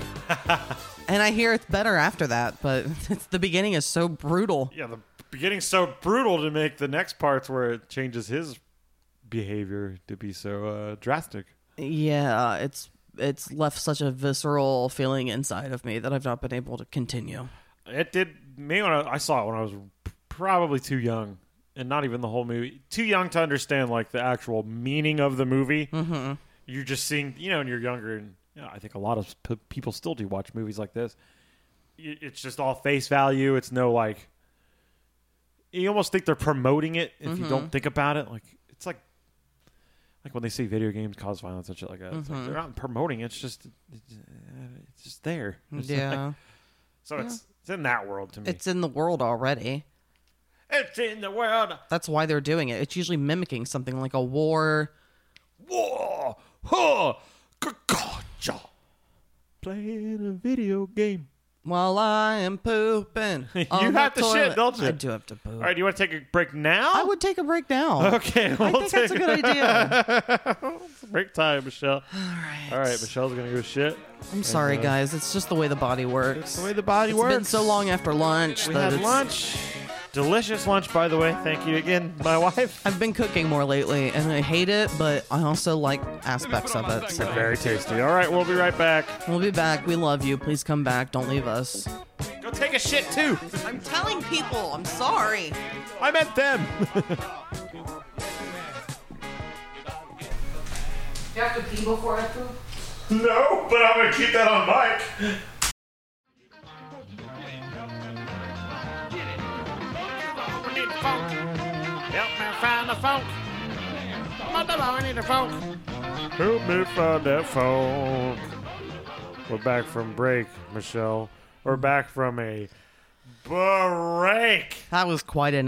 Speaker 4: and I hear it's better after that, but it's, the beginning is so brutal.
Speaker 2: Yeah, the beginning's so brutal to make the next parts where it changes his behavior to be so uh, drastic.
Speaker 4: Yeah, it's it's left such a visceral feeling inside of me that I've not been able to continue.
Speaker 2: It did me when I, I saw it when I was probably too young, and not even the whole movie. Too young to understand like the actual meaning of the movie. Mm-hmm. You're just seeing, you know, when you're younger, and you know, I think a lot of p- people still do watch movies like this. Y- It's just all face value. It's no like. You almost think they're promoting it if you don't think about it. Like it's like, like when they say video games cause violence and shit like that. It's like they're not promoting. it. It's just, it's just there. It's like-
Speaker 4: Yeah.
Speaker 2: so it's it's in that world to me.
Speaker 4: It's in the world already.
Speaker 2: It's in the world.
Speaker 4: That's why they're doing it. It's usually mimicking something like a war.
Speaker 2: Whoa, huh, gotcha. Playing a video game.
Speaker 4: While I am pooping, you
Speaker 2: have to shit, don't you?
Speaker 4: I do have to poop.
Speaker 2: All right, do you want to take a break now?
Speaker 4: I would take a break now.
Speaker 2: Okay,
Speaker 4: I
Speaker 2: we'll
Speaker 4: think that's a
Speaker 2: take
Speaker 4: good idea.
Speaker 2: break time, Michelle. All right. All right, Michelle's gonna go shit.
Speaker 4: I'm sorry, guys. It's just the way the body works. It's
Speaker 2: The way the body works.
Speaker 4: been so long after lunch
Speaker 2: We
Speaker 4: that
Speaker 2: had
Speaker 4: it's-
Speaker 2: lunch. Delicious lunch, by the way. Thank you again, my wife.
Speaker 4: I've been cooking more lately, and I hate it, but I also like aspects of it. So
Speaker 2: Very tasty. All right, we'll be right back.
Speaker 4: we'll be back. We love you. Please come back. Don't leave us.
Speaker 2: Go take a shit too.
Speaker 4: I'm telling people. I'm sorry.
Speaker 2: I meant them.
Speaker 6: You have to pee before I poop?
Speaker 2: no, but I'm gonna keep that on mic. Help me find the funk. Motherfucker, I need the funk. Help me find that funk. We're back from break, Michelle. We're back from a break.
Speaker 4: That was quite an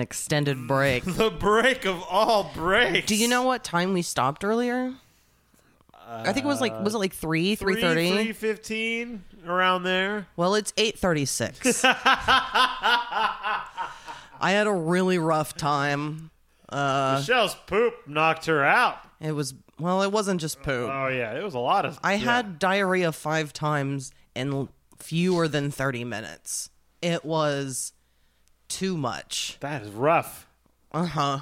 Speaker 4: extended break.
Speaker 2: The break of all breaks.
Speaker 4: Do you know what time we stopped earlier? I think it was like was it like three three
Speaker 2: Uh, Three
Speaker 4: thirty?
Speaker 2: fifteen around there.
Speaker 4: Well, it's eight thirty six. I had a really rough time. Uh.
Speaker 2: Michelle's poop knocked her out.
Speaker 4: It was Well, it wasn't just poo.
Speaker 2: Oh yeah, it was a lot of.
Speaker 4: I
Speaker 2: yeah.
Speaker 4: had diarrhea five times in l- fewer than 30 minutes. It was too much.
Speaker 2: That is rough.
Speaker 4: Uh huh.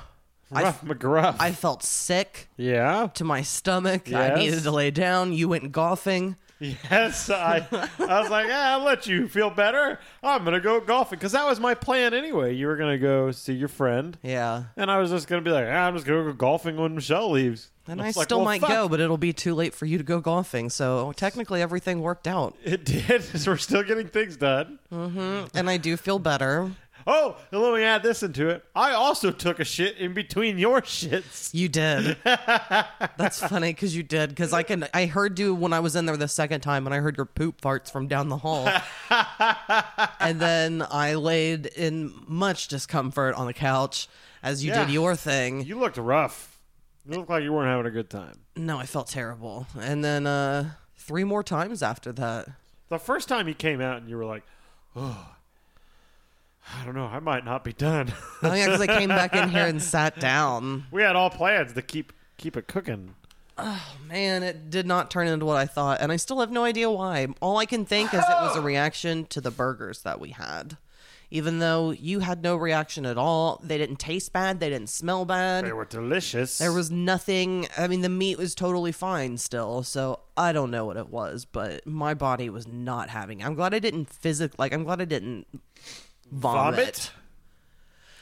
Speaker 4: I-
Speaker 2: Rough McGruff.
Speaker 4: I felt sick
Speaker 2: yeah.
Speaker 4: to my stomach.
Speaker 2: Yes.
Speaker 4: I needed to lay down. You went golfing.
Speaker 2: Yes, I. I was like, yeah, I'll let you feel better. I'm gonna go golfing because that was my plan anyway. You were gonna go see your friend,
Speaker 4: Yeah.
Speaker 2: and I was just gonna be like, ah, I'm just gonna go golfing when Michelle leaves.
Speaker 4: And
Speaker 2: I
Speaker 4: I,
Speaker 2: was like,
Speaker 4: still
Speaker 2: well,
Speaker 4: might
Speaker 2: fuck.
Speaker 4: go, but it'll be too late for you to go golfing. So technically, everything worked out.
Speaker 2: It did. so we're still getting things done.
Speaker 4: And I do feel better.
Speaker 2: Oh, and let me add this into it. I also took a shit in between your shits.
Speaker 4: You did. That's funny because you did. Because I can. I heard you when I was in there the second time, and I heard your poop farts from down the hall. and then I laid in much discomfort on the couch as you
Speaker 2: Yeah.
Speaker 4: did your thing.
Speaker 2: You looked rough. You looked like you weren't having a good time.
Speaker 4: No, I felt terrible. And then uh three more times after that.
Speaker 2: The first time you came out and you were like, oh, I don't know, I might not be done.
Speaker 4: Oh yeah, because I came back in here and sat down.
Speaker 2: we had all plans to keep keep it cooking.
Speaker 4: Man, it did not turn into what I thought, and I still have no idea why. All I can think is it was a reaction to the burgers that we had. Even though you had no reaction at all, they didn't taste bad, they didn't smell bad.
Speaker 2: They were delicious.
Speaker 4: there was nothing. I mean, the meat was totally fine still, so I don't know what it was, but my body was not having. it. I'm glad I didn't physically like. I'm glad I didn't vomit.
Speaker 2: Vomit?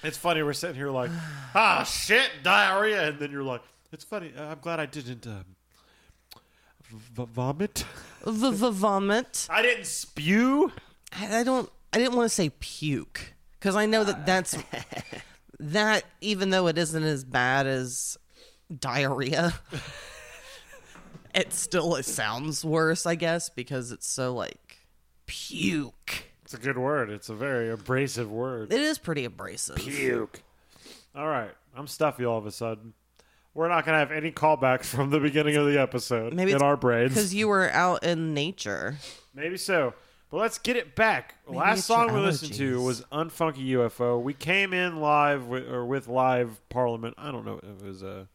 Speaker 2: It's funny we're sitting here like, ah, shit, diarrhea, and then you're like, it's funny. uh, I'm glad I didn't um, v- vomit.
Speaker 4: V- v- vomit.
Speaker 2: I didn't spew.
Speaker 4: I I don't. I didn't want to say puke because I know that that's that. Even though it isn't as bad as diarrhea, it still it sounds worse. I guess because it's so like puke.
Speaker 2: It's a good word. It's a very abrasive word.
Speaker 4: It is pretty abrasive.
Speaker 2: Puke. All right, I'm stuffy all of a sudden. We're not gonna have any callbacks from the beginning of the episode
Speaker 4: Maybe
Speaker 2: in
Speaker 4: it's
Speaker 2: our brains.
Speaker 4: because you were out in nature.
Speaker 2: Maybe so. But let's get it back. Last
Speaker 4: it's your
Speaker 2: song we listened to
Speaker 4: allergies.
Speaker 2: was Unfunky UFO. We came in live with, or with live Parliament. I don't know. It was uh,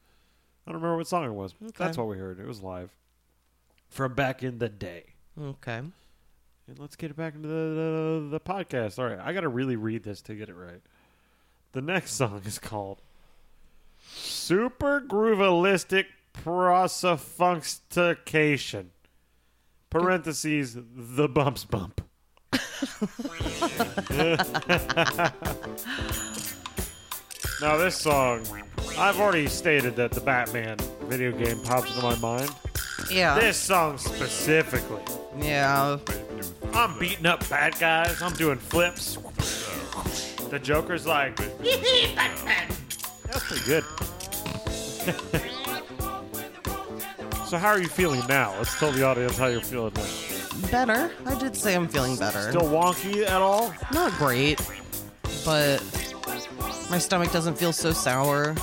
Speaker 2: I don't remember what song it was. That's what we heard. It was live from back in the day.
Speaker 4: Okay.
Speaker 2: And let's get it back into the, the, the podcast. All right, I got to really read this to get it right. The next song is called Super Groovalistic Prosofunstication. Parentheses, the bumps bump. now, this song, I've already stated that the Batman video game pops into my mind.
Speaker 4: Yeah.
Speaker 2: This song specifically.
Speaker 4: Yeah.
Speaker 2: I'm beating up bad guys. I'm doing flips. The Joker's like, that's pretty good. so how are you feeling now? Let's tell the audience how you're feeling now.
Speaker 4: Better. I did say I'm feeling better.
Speaker 2: Still wonky at all?
Speaker 4: Not great, but my stomach doesn't feel so sour.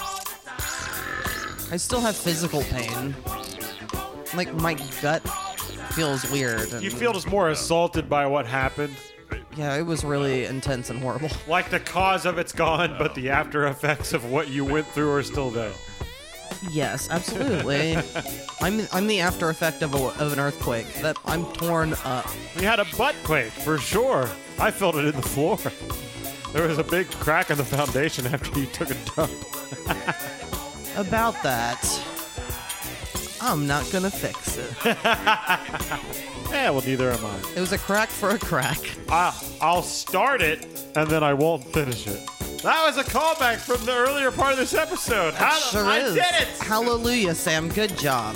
Speaker 4: I still have physical pain. Like my gut feels weird. and-
Speaker 2: You feel just more assaulted by what happened.
Speaker 4: Yeah, it was really intense and horrible.
Speaker 2: Like the cause of it's gone, but the after effects of what you went through are still there.
Speaker 4: Yes, absolutely. I'm I'm the after effect of, a, of an earthquake. That I'm torn up.
Speaker 2: We had a butt quake for sure. I felt it in the floor. There was a big crack in the foundation after you took a dump.
Speaker 4: About that, I'm not gonna fix it.
Speaker 2: Yeah, Eh, well, neither am I.
Speaker 4: It was a crack for a crack.
Speaker 2: I, I'll start it and then I won't finish it. That was a callback from the earlier part of this episode. How,
Speaker 4: Sure
Speaker 2: I
Speaker 4: is.
Speaker 2: did it.
Speaker 4: Hallelujah, Sam. Good job.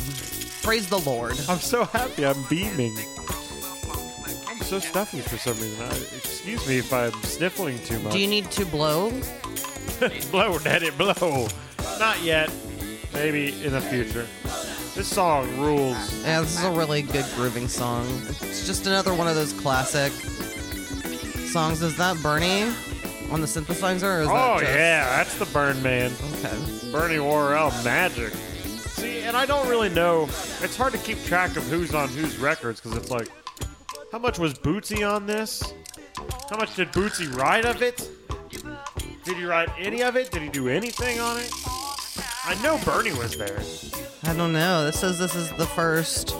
Speaker 4: Praise the Lord.
Speaker 2: I'm so happy. I'm beaming. I'm so stuffy for some reason. I, excuse me if I'm sniffling too much.
Speaker 4: Do you need to blow?
Speaker 2: blow, daddy, blow. Not yet. Maybe in the future. This song rules.
Speaker 4: Yeah, this is a really good grooving song. It's just another one of those classic songs. Is that Bernie on the synthesizer? Or is
Speaker 2: Oh
Speaker 4: that just-
Speaker 2: yeah, that's the Burn Man.
Speaker 4: Okay.
Speaker 2: Bernie Worrell magic. See, and I don't really know. It's hard to keep track of who's on whose records because it's like, how much was Bootsy on this? How much did Bootsy write of it? Did he write any of it? Did he do anything on it? I know Bernie was there.
Speaker 4: I don't know. This says this is the first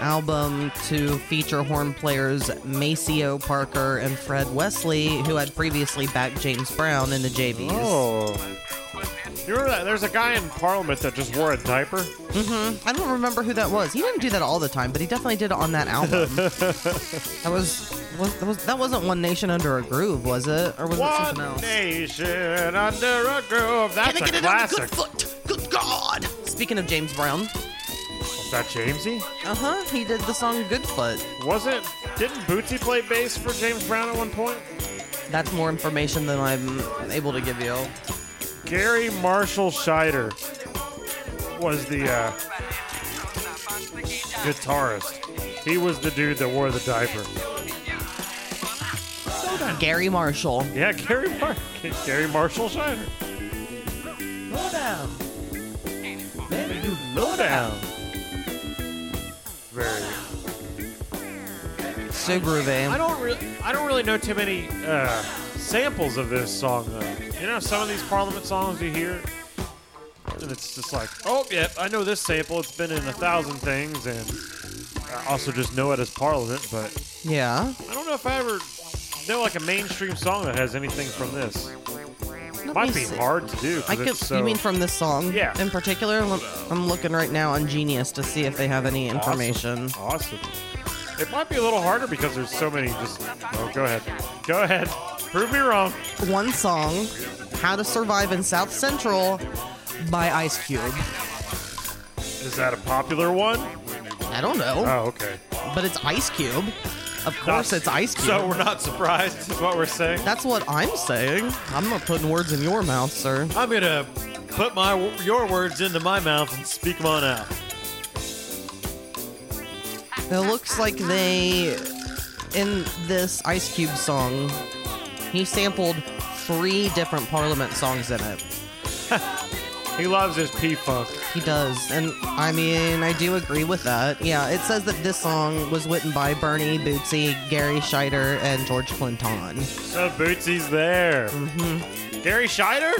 Speaker 4: album to feature horn players Maceo Parker and Fred Wesley, who had previously backed James Brown in the JVs.
Speaker 2: Oh. You remember that? There's a guy in Parliament that just wore a diaper.
Speaker 4: I don't remember who that was. He didn't do that all the time, but he definitely did it on that album. that was, was, that was that wasn't One Nation Under a Groove, was it? Or was it something
Speaker 2: One
Speaker 4: else?
Speaker 2: nation under a groove. That's
Speaker 4: Can I
Speaker 2: a
Speaker 4: get it on the
Speaker 2: classic.
Speaker 4: good foot? Good God! Speaking of James Brown,
Speaker 2: Was that Jamesy?
Speaker 4: uh huh, he did the song Good Foot.
Speaker 2: Was it? Didn't Bootsy play bass for James Brown at one point?
Speaker 4: That's more information than I'm able to give you.
Speaker 2: Gary Marshall Scheider was the uh, guitarist. He was the dude that wore the diaper.
Speaker 4: Gary Marshall.
Speaker 2: Yeah, Gary Mar- Gary Marshall Scheider.
Speaker 4: Slow down.
Speaker 2: Slow down. Very.
Speaker 4: So groovy.
Speaker 2: I don't really. I don't really know too many uh, samples of this song though. You know, some of these Parliament songs you hear, and it's just like, oh yep, I know this sample. It's been in a thousand things, and I also just know it as Parliament, but.
Speaker 4: yeah.
Speaker 2: I don't know if I ever know like a mainstream song that has anything from this.
Speaker 4: Let me
Speaker 2: Might be
Speaker 4: see.
Speaker 2: hard to do. 'cause
Speaker 4: I could.
Speaker 2: it's so
Speaker 4: You mean from this song?
Speaker 2: Yeah.
Speaker 4: In particular, Lem- I'm looking right now on Genius to see if they have any
Speaker 2: awesome.
Speaker 4: information.
Speaker 2: Awesome. It might be a little harder because there's so many. Just oh, go ahead, go ahead, prove me wrong.
Speaker 4: One song, "How to Survive in South Central," by Ice Cube.
Speaker 2: Is that a popular one?
Speaker 4: I don't know,
Speaker 2: Oh, okay.
Speaker 4: but it's Ice Cube. Of course, it's Ice Cube.
Speaker 2: So we're not surprised is what we're saying.
Speaker 4: That's what I'm saying. I'm not putting words in your mouth, sir.
Speaker 2: Uh,
Speaker 3: I'm gonna put my your words into my mouth and speak them on out.
Speaker 4: It looks like they, in this Ice Cube song, he sampled three different Parliament songs in it.
Speaker 2: He loves his P funk.
Speaker 4: He does. And I mean, I do agree with that. Yeah, it says that this song was written by Bernie, Bootsy, Gary Scheider, and George Clinton.
Speaker 2: So Bootsy's there. Mm-hmm. Gary Scheider,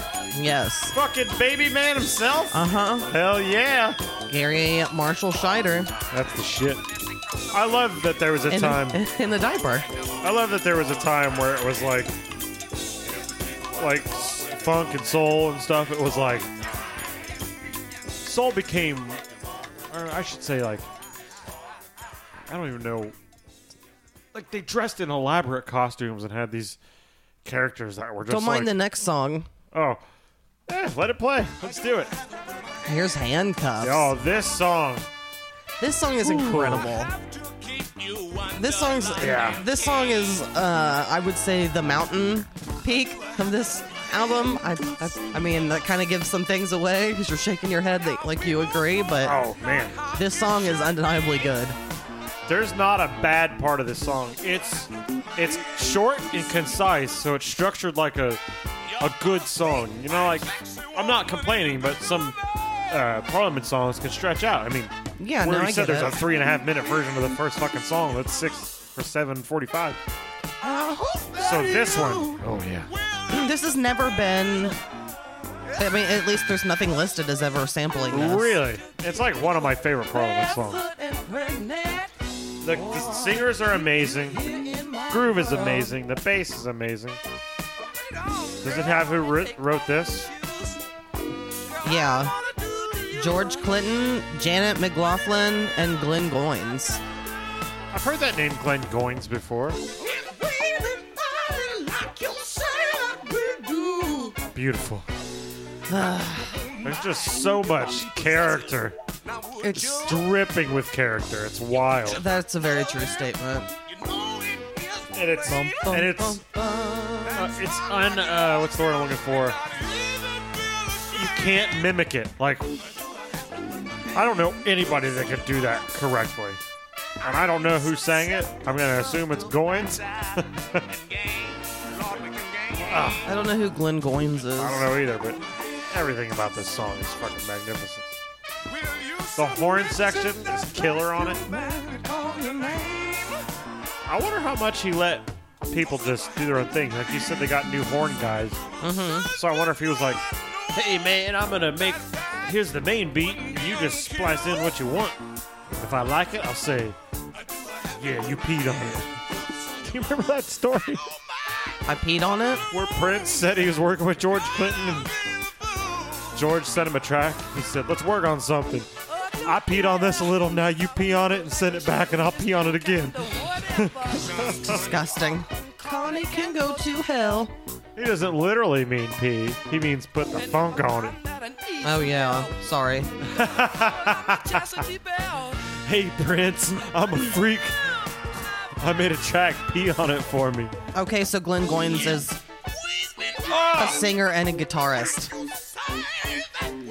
Speaker 4: Yes.
Speaker 2: fucking baby man himself.
Speaker 4: Uh huh.
Speaker 2: Hell yeah.
Speaker 4: Gary Marshall Scheider
Speaker 2: That's the shit. I love that there was a
Speaker 4: in,
Speaker 2: time.
Speaker 4: in the diaper.
Speaker 2: I love that there was a time where it was like, like s- funk and soul and stuff. It was like soul became, or I should say, like I don't even know. Like they dressed in elaborate costumes and had these characters that were just
Speaker 4: Don't mind the
Speaker 2: like,
Speaker 4: next song.
Speaker 2: oh, eh, let it play. Let's do it.
Speaker 4: Here's Handcuffs.
Speaker 2: Oh, this song.
Speaker 4: This song is incredible. This song's
Speaker 2: Yeah.
Speaker 4: this song is uh, I would say the mountain peak of this album. I I, I mean that kind of gives some things away because you're shaking your head that, like you agree, but
Speaker 2: Oh man.
Speaker 4: this song is undeniably good.
Speaker 2: There's not a bad part of this song. It's it's short and concise, so it's structured like a a good song. You know, like I'm not complaining, but some uh, Parliament songs can stretch out. I mean,
Speaker 4: Yeah,
Speaker 2: where
Speaker 4: no,
Speaker 2: you
Speaker 4: I
Speaker 2: said
Speaker 4: get
Speaker 2: there's
Speaker 4: it.
Speaker 2: a three and a half minute version of the first fucking song that's six or seven forty-five. So this one, oh yeah,
Speaker 4: This has never been. I mean, at least there's nothing listed as ever sampling this.
Speaker 2: really, it's like one of my favorite Parliament songs. The, the singers are amazing. Groove is amazing. The bass is amazing. Does it have who writ- wrote this?
Speaker 4: Yeah. George Clinton, Janet McLaughlin, and Glenn Goins.
Speaker 2: I've heard that name Glenn Goins before. Beautiful. There's just so much character.
Speaker 4: It's
Speaker 2: Dripping with character. It's wild.
Speaker 4: that's a very true statement.
Speaker 2: And it's and it's uh, it's un uh, what's the word I'm looking for? You can't mimic it. Like I don't know anybody that could do that correctly. And I don't know who sang it. I'm gonna assume it's Goins.
Speaker 4: I don't know who Glenn Goins is.
Speaker 2: I don't know either, but everything about this song is fucking magnificent. The horn section is killer on it. I wonder how much he let people just do their own thing. Like you said, they got new horn guys. Mm-hmm. So I wonder if he was like, hey man, I'm gonna make here's the main beat, and you just splice in what you want. If I like it, I'll say, yeah, you peed on it. Do you remember that story
Speaker 4: I peed on it.
Speaker 2: where Prince said he was working with George Clinton and George sent him a track? He said, let's work on something. I peed on this a little, now you pee on it and send it back, and I'll pee on it again.
Speaker 4: Disgusting. Connie can go to hell.
Speaker 2: He doesn't literally mean pee, he means put the funk on it.
Speaker 4: Oh yeah. Sorry.
Speaker 2: Hey Prince, I'm a freak. I made a track, pee on it for me.
Speaker 4: Okay, so Glenn Goins is a singer and a guitarist.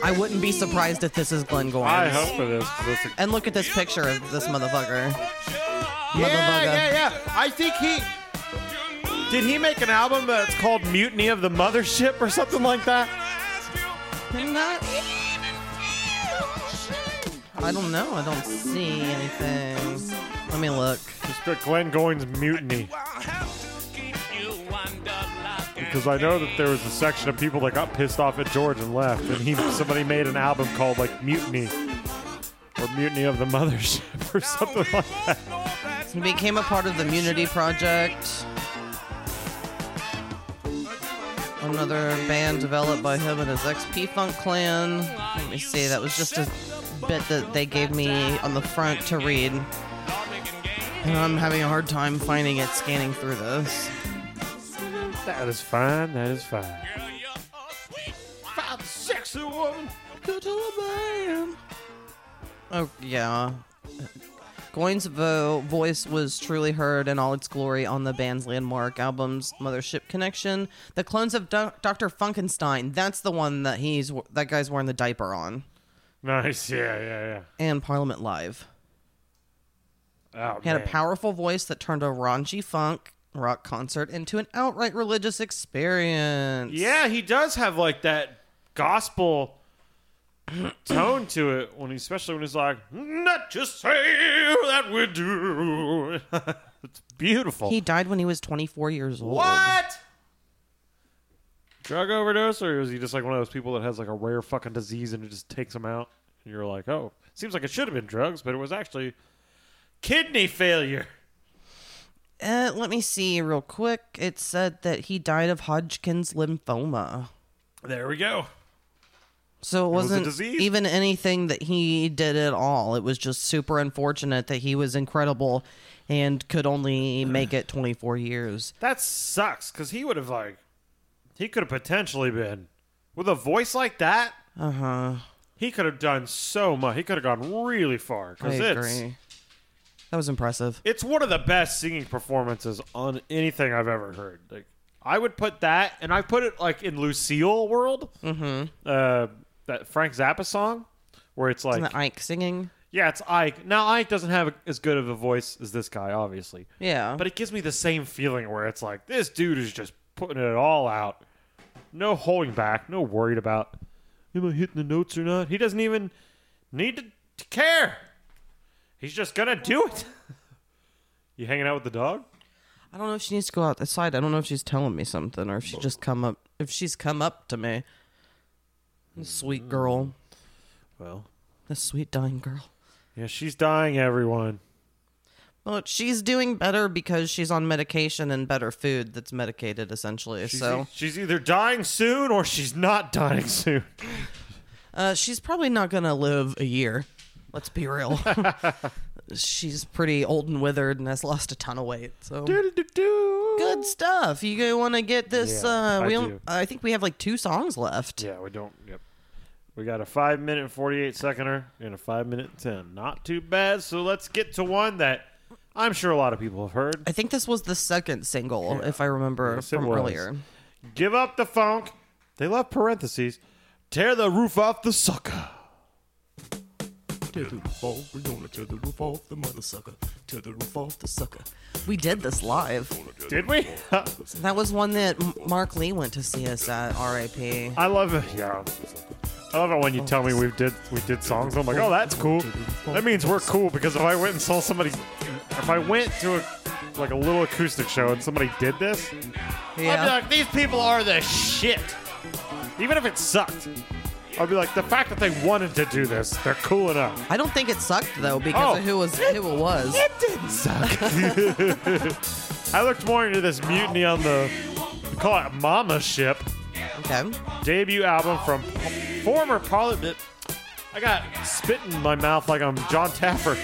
Speaker 4: I wouldn't be surprised if this is Glenn Goins.
Speaker 3: I hope for this. 'cause it's a-
Speaker 4: And look at this picture of this motherfucker. Motherfucker.
Speaker 7: Yeah, yeah, yeah. I think he. Did he make an album that's
Speaker 2: called Mutiny of the Mothership or something like that?
Speaker 4: I don't know. I don't see anything. Let me look.
Speaker 3: Just put Glenn Goins Mutiny. Because I know that there was a section of people that got pissed off at George and left, and he somebody made an album called like Mutiny or Mutiny of the Mothership or something like that.
Speaker 4: He became a part of the Munity Project. Another band developed by him and his XP Funk clan. Let me see. That was just a bit that they gave me on the front to read. And I'm having a hard time finding it scanning through this.
Speaker 3: That is fine. That is fine.
Speaker 7: called Sexy Woman?
Speaker 4: Oh yeah. Goins' vo- voice was truly heard in all its glory on the band's landmark albums Mothership Connection, The Clones of Do- Dr. Funkenstein. That's the one that he's that guy's wearing the diaper on.
Speaker 3: Nice. Yeah, yeah,
Speaker 4: And Parliament Live.
Speaker 3: yeah. Oh,
Speaker 4: He had
Speaker 3: man.
Speaker 4: a powerful voice that turned a raunchy funk rock concert into an outright religious experience.
Speaker 2: Yeah, he does have like that gospel tone to it when he, especially when he's like, "Not just say that we do." it's beautiful.
Speaker 4: He died when he was 24 years old.
Speaker 2: what? Drug overdose, or is he just like one of those people that has like a rare fucking disease and it just takes him out? And you're like, oh, seems like it should have been drugs, but it was actually kidney failure.
Speaker 4: Uh, let me see real quick. It said that he died of Hodgkin's lymphoma.
Speaker 2: There we go.
Speaker 4: So it
Speaker 3: was a
Speaker 4: wasn't
Speaker 3: disease.
Speaker 4: even anything that he did at all. It was just super unfortunate that he was incredible and could only make it 24 years.
Speaker 2: That sucks because he would have like, he could have potentially been with a voice like that. Uh huh.
Speaker 4: Uh-huh.
Speaker 2: He could have done so much. He could have gone really far
Speaker 4: I
Speaker 2: because it's
Speaker 4: agree. That was impressive.
Speaker 2: it's one of the best singing performances on anything I've ever heard. Like I would put that, and I put it like in Lucille world, mm-hmm. uh, that Frank Zappa song, where it's like,
Speaker 4: Isn't that Ike singing?
Speaker 2: yeah, it's Ike. Now Ike doesn't have as good of a voice as this guy, obviously,
Speaker 4: Yeah.
Speaker 2: but it gives me the same feeling where it's like this dude is just putting it all out, no holding back, no worried about am I hitting the notes or not. He doesn't even need to, to care. He's just gonna do it. you hanging out with the dog?
Speaker 4: I don't know if she needs to go outside. I don't know if she's telling me something or if she just come up if she's come up to me. Sweet girl.
Speaker 2: Well,
Speaker 4: The sweet dying girl.
Speaker 2: yeah, she's dying, everyone.
Speaker 4: Well, she's doing better because she's on medication and better food that's medicated essentially.
Speaker 2: She's,
Speaker 4: so
Speaker 2: e- she's either dying soon or she's not dying soon.
Speaker 4: Uh, she's probably not gonna live a year. Let's be real. she's pretty old and withered and has lost a ton of weight. So good stuff. You gonna want to get this?
Speaker 3: Yeah,
Speaker 4: uh,
Speaker 3: I
Speaker 4: we
Speaker 3: do.
Speaker 4: don't, I think we have like two songs left.
Speaker 2: Yeah, we don't. Yep. We got a five minute forty eight seconder and a five minute ten. Not too bad. So let's get to one that I'm sure a lot of people have heard.
Speaker 4: I think this was the second single, if I remember
Speaker 3: Yes, it
Speaker 4: from
Speaker 3: was.
Speaker 4: earlier.
Speaker 2: Give up the funk. They love parentheses. Tear the roof off the sucker.
Speaker 8: Tear the roof off, we're gonna tear the roof off the mother sucker. Tear the roof off the sucker.
Speaker 4: We did this live.
Speaker 2: Did we?
Speaker 4: That was one that M- Mark Lee went to see us at. R.I.P.
Speaker 2: I love it. Yeah. I love it when you tell me we did we did songs. I'm like, oh, that's cool. That means we're cool because if I went and saw somebody, if I went to a like a little acoustic show and somebody did this, I'd be
Speaker 4: Yeah.
Speaker 2: like, these people are the shit. Even if it sucked, I'd be like, the fact that they wanted to do this, they're cool enough.
Speaker 4: I don't think it sucked though because
Speaker 2: Oh.
Speaker 4: of who was who it was.
Speaker 9: didn't suck.
Speaker 2: I looked more into this mutiny on the, we call it Mama Ship,
Speaker 4: Okay.
Speaker 2: debut album from po- former Parliament. I got spit in my mouth like I'm John Taffer.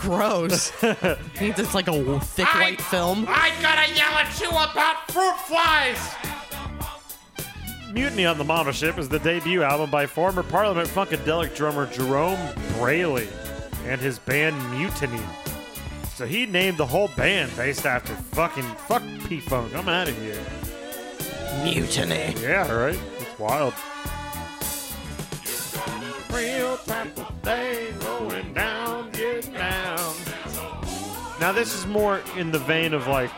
Speaker 4: Gross. Means it's like a thick white film.
Speaker 2: I gotta yell at you about fruit flies! Mutiny on the Mama Ship is the debut album by former Parliament Funkadelic drummer Jerome Braley and his band Mutiny. So he named the whole band based after fucking fuck P Funk. I'm out of here.
Speaker 4: Mutiny.
Speaker 2: Yeah, right? It's wild. Real purple thing going down Vietnam. Now, this is more in the vein of like,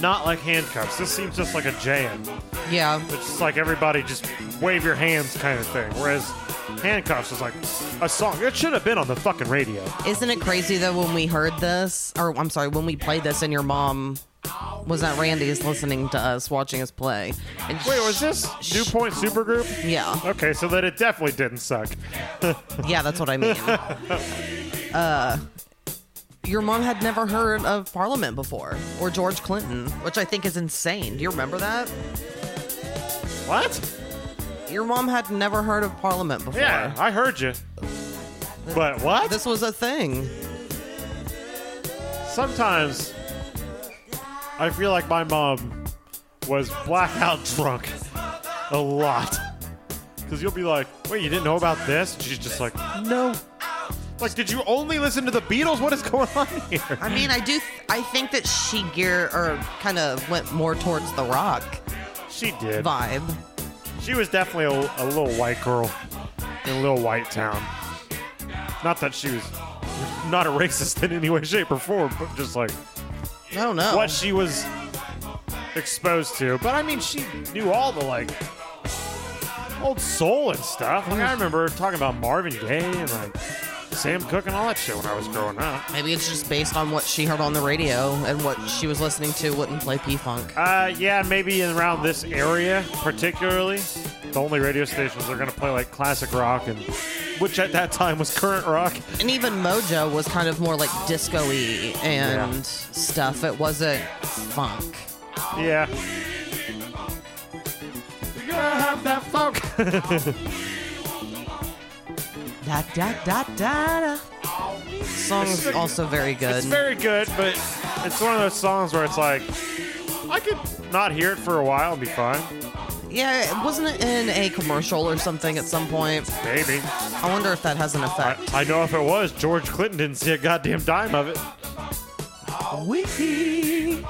Speaker 2: not like handcuffs. This seems just like a jam.
Speaker 4: Yeah.
Speaker 2: It's just like everybody just wave your hands kind of thing. Whereas handcuffs is like a song. It should have been on the fucking radio.
Speaker 4: Isn't it crazy though when we heard this, or I'm sorry, when we played this, and your mom was at Randy's listening to us, watching us play? And
Speaker 2: Wait, was this New Point Supergroup?
Speaker 4: Yeah,
Speaker 2: Okay, so that it definitely didn't suck.
Speaker 4: yeah, that's what I mean. uh, your mom had never heard of Parliament before, or George Clinton, which I think is insane. Do you remember that?
Speaker 2: What?
Speaker 4: Your mom had never heard of Parliament before.
Speaker 2: Yeah, I heard you. But what?
Speaker 4: This was a thing.
Speaker 2: Sometimes I feel like my mom was blackout drunk a lot. Because you'll be like, wait, you didn't know about this? And she's just like, no. Like, did you only listen to the Beatles? What is going on here?
Speaker 4: I mean, I do. Th- I think that she gear or kind of went more towards the rock
Speaker 2: She did.
Speaker 4: vibe.
Speaker 2: She was definitely a, a little white girl in a little white town. Not that she was not a racist in any way, shape, or form, but just like
Speaker 4: I don't know.
Speaker 2: what she was exposed to. But I mean, she knew all the like old soul and stuff. Like I remember talking about Marvin Gaye and like Sam Cooke and all that shit when I was growing up.
Speaker 4: Maybe it's just based on what she heard on the radio and what she was listening to wouldn't play P Funk.
Speaker 2: Uh, yeah, maybe in around this area particularly. The only radio stations are gonna play like classic rock and which at that time was current rock.
Speaker 4: And even Mojo was kind of more like disco y and stuff. It wasn't funk.
Speaker 2: Yeah. You're gonna have that funk.
Speaker 4: Da da da da da. Song's also very good.
Speaker 2: It's very good, but it's one of those songs where it's like I could not hear it for a while and be fine.
Speaker 4: yeah, wasn't it in a commercial or something at some point?
Speaker 2: Maybe.
Speaker 4: I wonder if that has an
Speaker 2: I,
Speaker 4: effect.
Speaker 2: I know if it was, George Clinton didn't see a goddamn dime of it.
Speaker 4: Wee.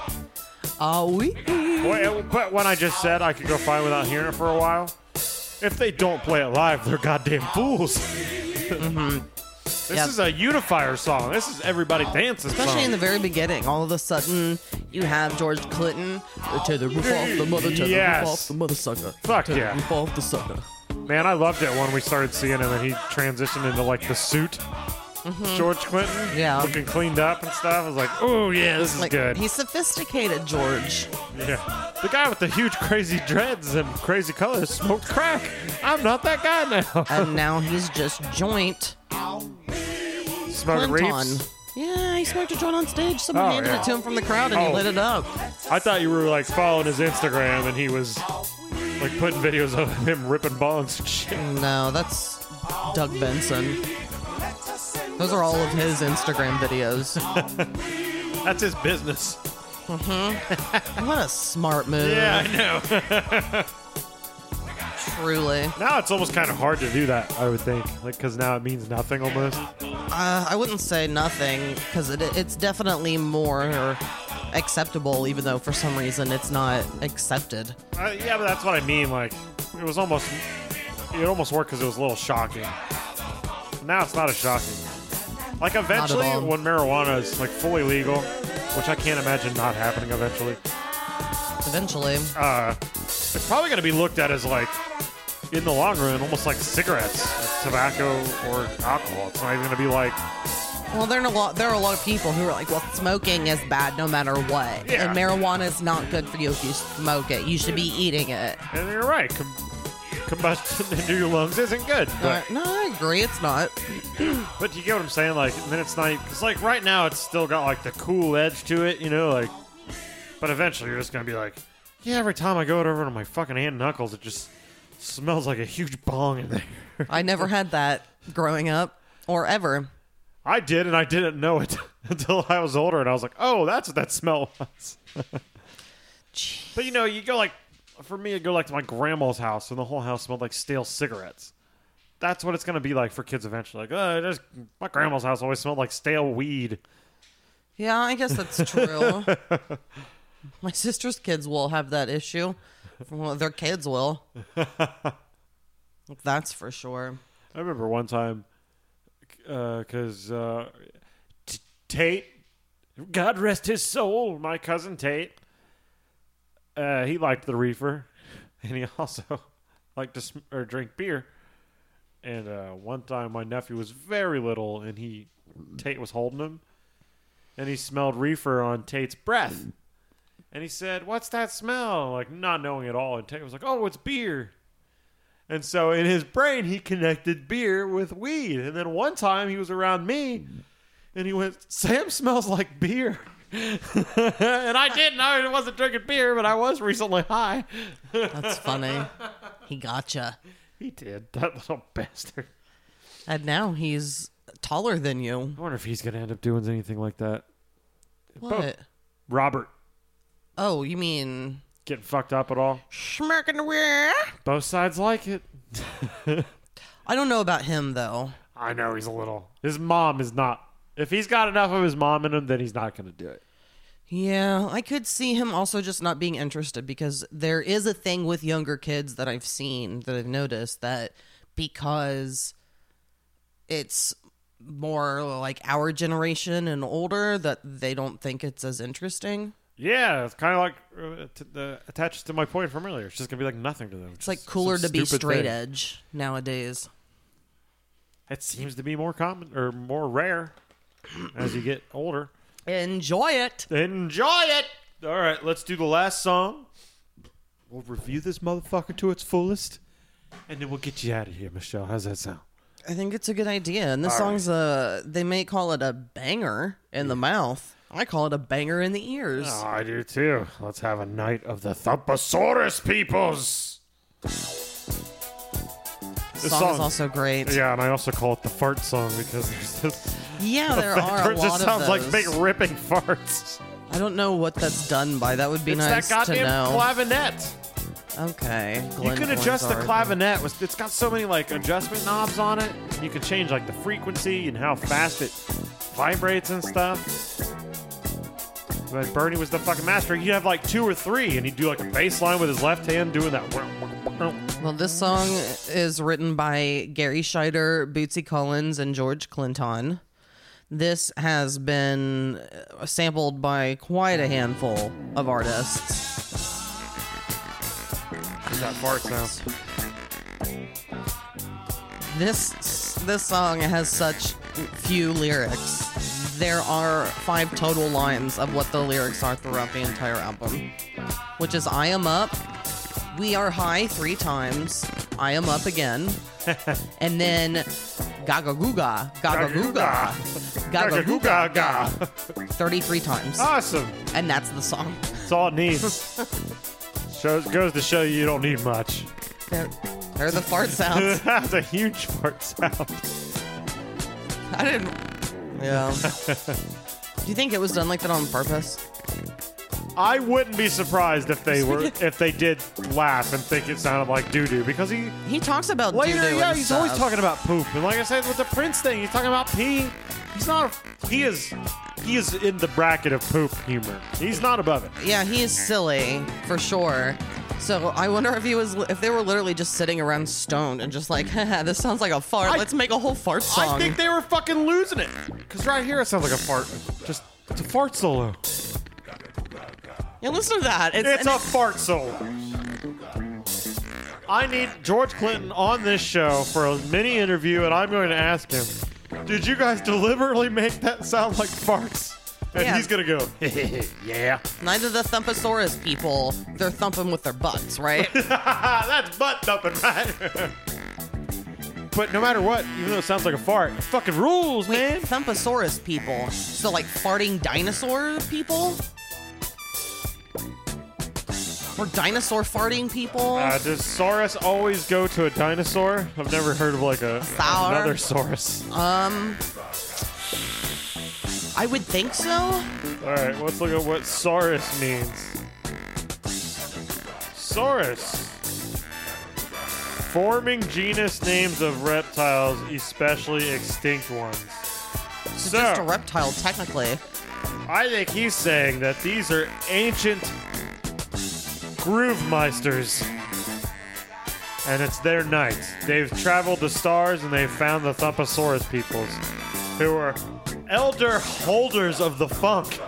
Speaker 4: Ah, wee.
Speaker 2: Wait, but when I just said I could go fine without hearing it for a while, if they don't play it live, they're goddamn fools.
Speaker 4: Mm-hmm.
Speaker 2: This
Speaker 4: Yeah.
Speaker 2: is a unifier song. This is everybody dances.
Speaker 4: Especially
Speaker 2: song.
Speaker 4: in the very beginning, all of a sudden you have George Clinton to the roof off the mother, to the
Speaker 2: Yes.
Speaker 4: roof off the mother sucker,
Speaker 2: Fuck
Speaker 4: to
Speaker 2: yeah.
Speaker 4: the roof off the sucker.
Speaker 2: Man, I loved it when we started seeing him and he transitioned into like the suit. George Clinton,
Speaker 4: Mm-hmm. Yeah.
Speaker 2: looking cleaned up and stuff. I was like, oh yeah, this is
Speaker 4: Like
Speaker 2: good.
Speaker 4: he's sophisticated, George.
Speaker 2: Yeah. The guy with the huge crazy dreads and crazy colors smoked crack. I'm not that guy now.
Speaker 4: and now he's just joint
Speaker 2: Smoking
Speaker 4: Clinton.
Speaker 2: reefs.
Speaker 4: Yeah, he smoked a joint on stage. Someone
Speaker 2: Oh,
Speaker 4: handed
Speaker 2: yeah.
Speaker 4: it to him from the crowd, and
Speaker 2: Oh.
Speaker 4: he lit it up.
Speaker 2: I thought you were like following his Instagram and he was like putting videos of him ripping bongs and shit.
Speaker 4: No, that's Doug Benson. Those are all of his Instagram videos.
Speaker 2: That's his business.
Speaker 4: what a smart move.
Speaker 2: Yeah, I know.
Speaker 4: truly.
Speaker 2: Now it's almost kind of hard to do that, I would think. Like, because now it means nothing almost.
Speaker 4: Uh, I wouldn't say nothing because it, it's definitely more acceptable, even though for some reason it's not accepted.
Speaker 2: Uh, yeah, but that's what I mean. Like, it was almost, it almost worked because it was a little shocking. Now it's not as shocking. Like, eventually,
Speaker 4: all.
Speaker 2: when marijuana is like fully legal, which I can't imagine not happening eventually,
Speaker 4: Eventually,
Speaker 2: uh, it's probably going to be looked at as like, in the long run, almost like cigarettes, tobacco, or alcohol. It's not even going to be like,
Speaker 4: well, there are a lot. There are a lot of people who are like, "Well, smoking is bad no matter what,
Speaker 2: Yeah.
Speaker 4: and marijuana is not good for you if you smoke it. You should be eating it."
Speaker 2: and you're right. Com- combustion into your lungs isn't good.
Speaker 4: Uh,
Speaker 2: But,
Speaker 4: no, I agree. It's not.
Speaker 2: but you get what I'm saying? Like, and then it's not, because like right now it's still got like the cool edge to it, you know? Like, but eventually you're just going to be like, yeah, every time I go it over to my fucking aunt and knuckles, it just smells like a huge bong in there.
Speaker 4: I never had that growing up or ever.
Speaker 2: I did, and I didn't know it until I was older, and I was like, "Oh, that's what that smell was." but you know, you go like, for me, I go like to my grandma's house, and the whole house smelled like stale cigarettes. That's what it's gonna be like for kids eventually. Like, oh, there's my grandma's house always smelled like stale weed.
Speaker 4: Yeah, I guess that's true. My sister's kids will have that issue. Well, their kids will. That's for sure.
Speaker 2: I remember one time, because uh, T- Tate, God rest his soul, my cousin Tate, uh, he liked the reefer, and he also liked to sm- or drink beer. And uh, one time, my nephew was very little, and he Tate was holding him, and he smelled reefer on Tate's breath, and he said, "What's that smell?" Like not knowing at all, and Tate was like, "Oh, it's beer." And so in his brain, he connected beer with weed. And then one time he was around me and he went, Sam smells like beer. and I didn't. I wasn't drinking beer, but I was recently high.
Speaker 4: That's funny. He gotcha.
Speaker 2: He did. That little bastard.
Speaker 4: And now he's taller than you.
Speaker 2: I wonder if he's going to end up doing anything like that.
Speaker 4: What?
Speaker 2: Robert
Speaker 4: Oh, you mean
Speaker 2: getting fucked up at all.
Speaker 4: smirking the rear?
Speaker 2: Both sides like it.
Speaker 4: I don't know about him though.
Speaker 2: I know he's a little. His mom is not. If he's got enough of his mom in him, then he's not going to do it.
Speaker 4: Yeah, I could see him also just not being interested because there is a thing with younger kids that I've seen that I've noticed that because it's more like our generation and older that they don't think it's as interesting.
Speaker 2: Yeah, it's kind of like uh, t- the attached to my point from earlier. It's just going to be like nothing to them.
Speaker 4: It's like cooler to be straight edge nowadays.
Speaker 2: It seems to be more common or more rare as you get older.
Speaker 4: Enjoy it.
Speaker 2: Enjoy it. All right, let's do the last song. We'll review this motherfucker to its fullest, and then we'll get you out of here, Michelle. How's that sound?
Speaker 4: I think it's a good idea. And this song's a they may call it a banger in the mouth. I call it a banger in the ears.
Speaker 2: Oh, I do too. Let's have a night of the Thumposaurus peoples.
Speaker 4: this song, is also great.
Speaker 2: Yeah, and I also call it the fart song because there's this.
Speaker 4: Yeah, there are a
Speaker 2: it
Speaker 4: lot
Speaker 2: just sounds
Speaker 4: of
Speaker 2: like
Speaker 4: those.
Speaker 2: big ripping farts.
Speaker 4: I don't know what that's done by. That would be
Speaker 2: it's
Speaker 4: nice
Speaker 2: that
Speaker 4: to
Speaker 2: goddamn
Speaker 4: know.
Speaker 2: clavinet.
Speaker 4: okay,
Speaker 2: You
Speaker 4: Glenn
Speaker 2: can adjust the
Speaker 4: Glenzar.
Speaker 2: clavinet. with- It's got so many like adjustment knobs on it. You can change like the frequency and how fast it vibrates and stuff. But Bernie was the fucking master. He'd have like two or three, and he'd do like a bass line with his left hand doing that.
Speaker 4: Well, this song is written by Gary Scheider, Bootsy Collins, and George Clinton. This has been uh, sampled by quite a handful of artists.
Speaker 2: That fart sound.
Speaker 4: This this song has such few lyrics. There are five total lines of what the lyrics are throughout the entire album, which is "I am up," "We are high" three times, "I am up again," and then "Gaga Guga," "Gaga Guga," "Gaga Guga,"
Speaker 2: Gaga.
Speaker 4: thirty-three times,
Speaker 2: Awesome.
Speaker 4: and that's the song.
Speaker 2: That's all it needs. Shows goes to show you you don't need much.
Speaker 4: There, there are the fart sounds.
Speaker 2: That's a huge fart sound.
Speaker 4: I didn't. Yeah. Do you think it was done like that on purpose?
Speaker 2: I wouldn't be surprised if they were if they did laugh and think it sounded like doo doo because he
Speaker 4: He talks about
Speaker 2: later
Speaker 4: doo-doo
Speaker 2: yeah
Speaker 4: and
Speaker 2: he's always
Speaker 4: stuff.
Speaker 2: talking about poop and like I said with the Prince thing he's talking about pee. He's not a, he is he is in the bracket of poop humor. He's not above it.
Speaker 4: Yeah, he is silly for sure. So I wonder if he was if they were literally just sitting around stoned and just like, Haha, this sounds like a fart. Let's make a whole fart song.
Speaker 2: I think they were fucking losing it because right here it sounds like a fart. Just it's a fart solo.
Speaker 4: yeah, listen to that. It's,
Speaker 2: It's
Speaker 4: and
Speaker 2: a fart solo. I need George Clinton on this show for a mini interview, and I'm going to ask him Did you guys deliberately make that sound like farts? And
Speaker 4: Yeah.
Speaker 2: he's going to go, yeah.
Speaker 4: Neither the Thumpasaurus people, they're thumping with their butts, right?
Speaker 2: That's butt thumping, right? but no matter what, even though it sounds like a fart, it fucking rules,
Speaker 4: Wait,
Speaker 2: man.
Speaker 4: Thumpasaurus people. So, like, farting dinosaur people? Or dinosaur farting people?
Speaker 2: Uh, does Saurus always go to a dinosaur? I've never heard of like a
Speaker 4: Saur.
Speaker 2: another Saurus.
Speaker 4: Um, I would think so.
Speaker 2: All right, let's look at what Saurus means. Saurus. Forming genus names of reptiles, especially extinct ones.
Speaker 4: It's
Speaker 2: So,
Speaker 4: just a reptile, technically.
Speaker 2: I think he's saying that these are ancient groovemeisters. And it's their night. They've traveled the stars and they've found the Thumpasaurus peoples, who are elder holders of the funk.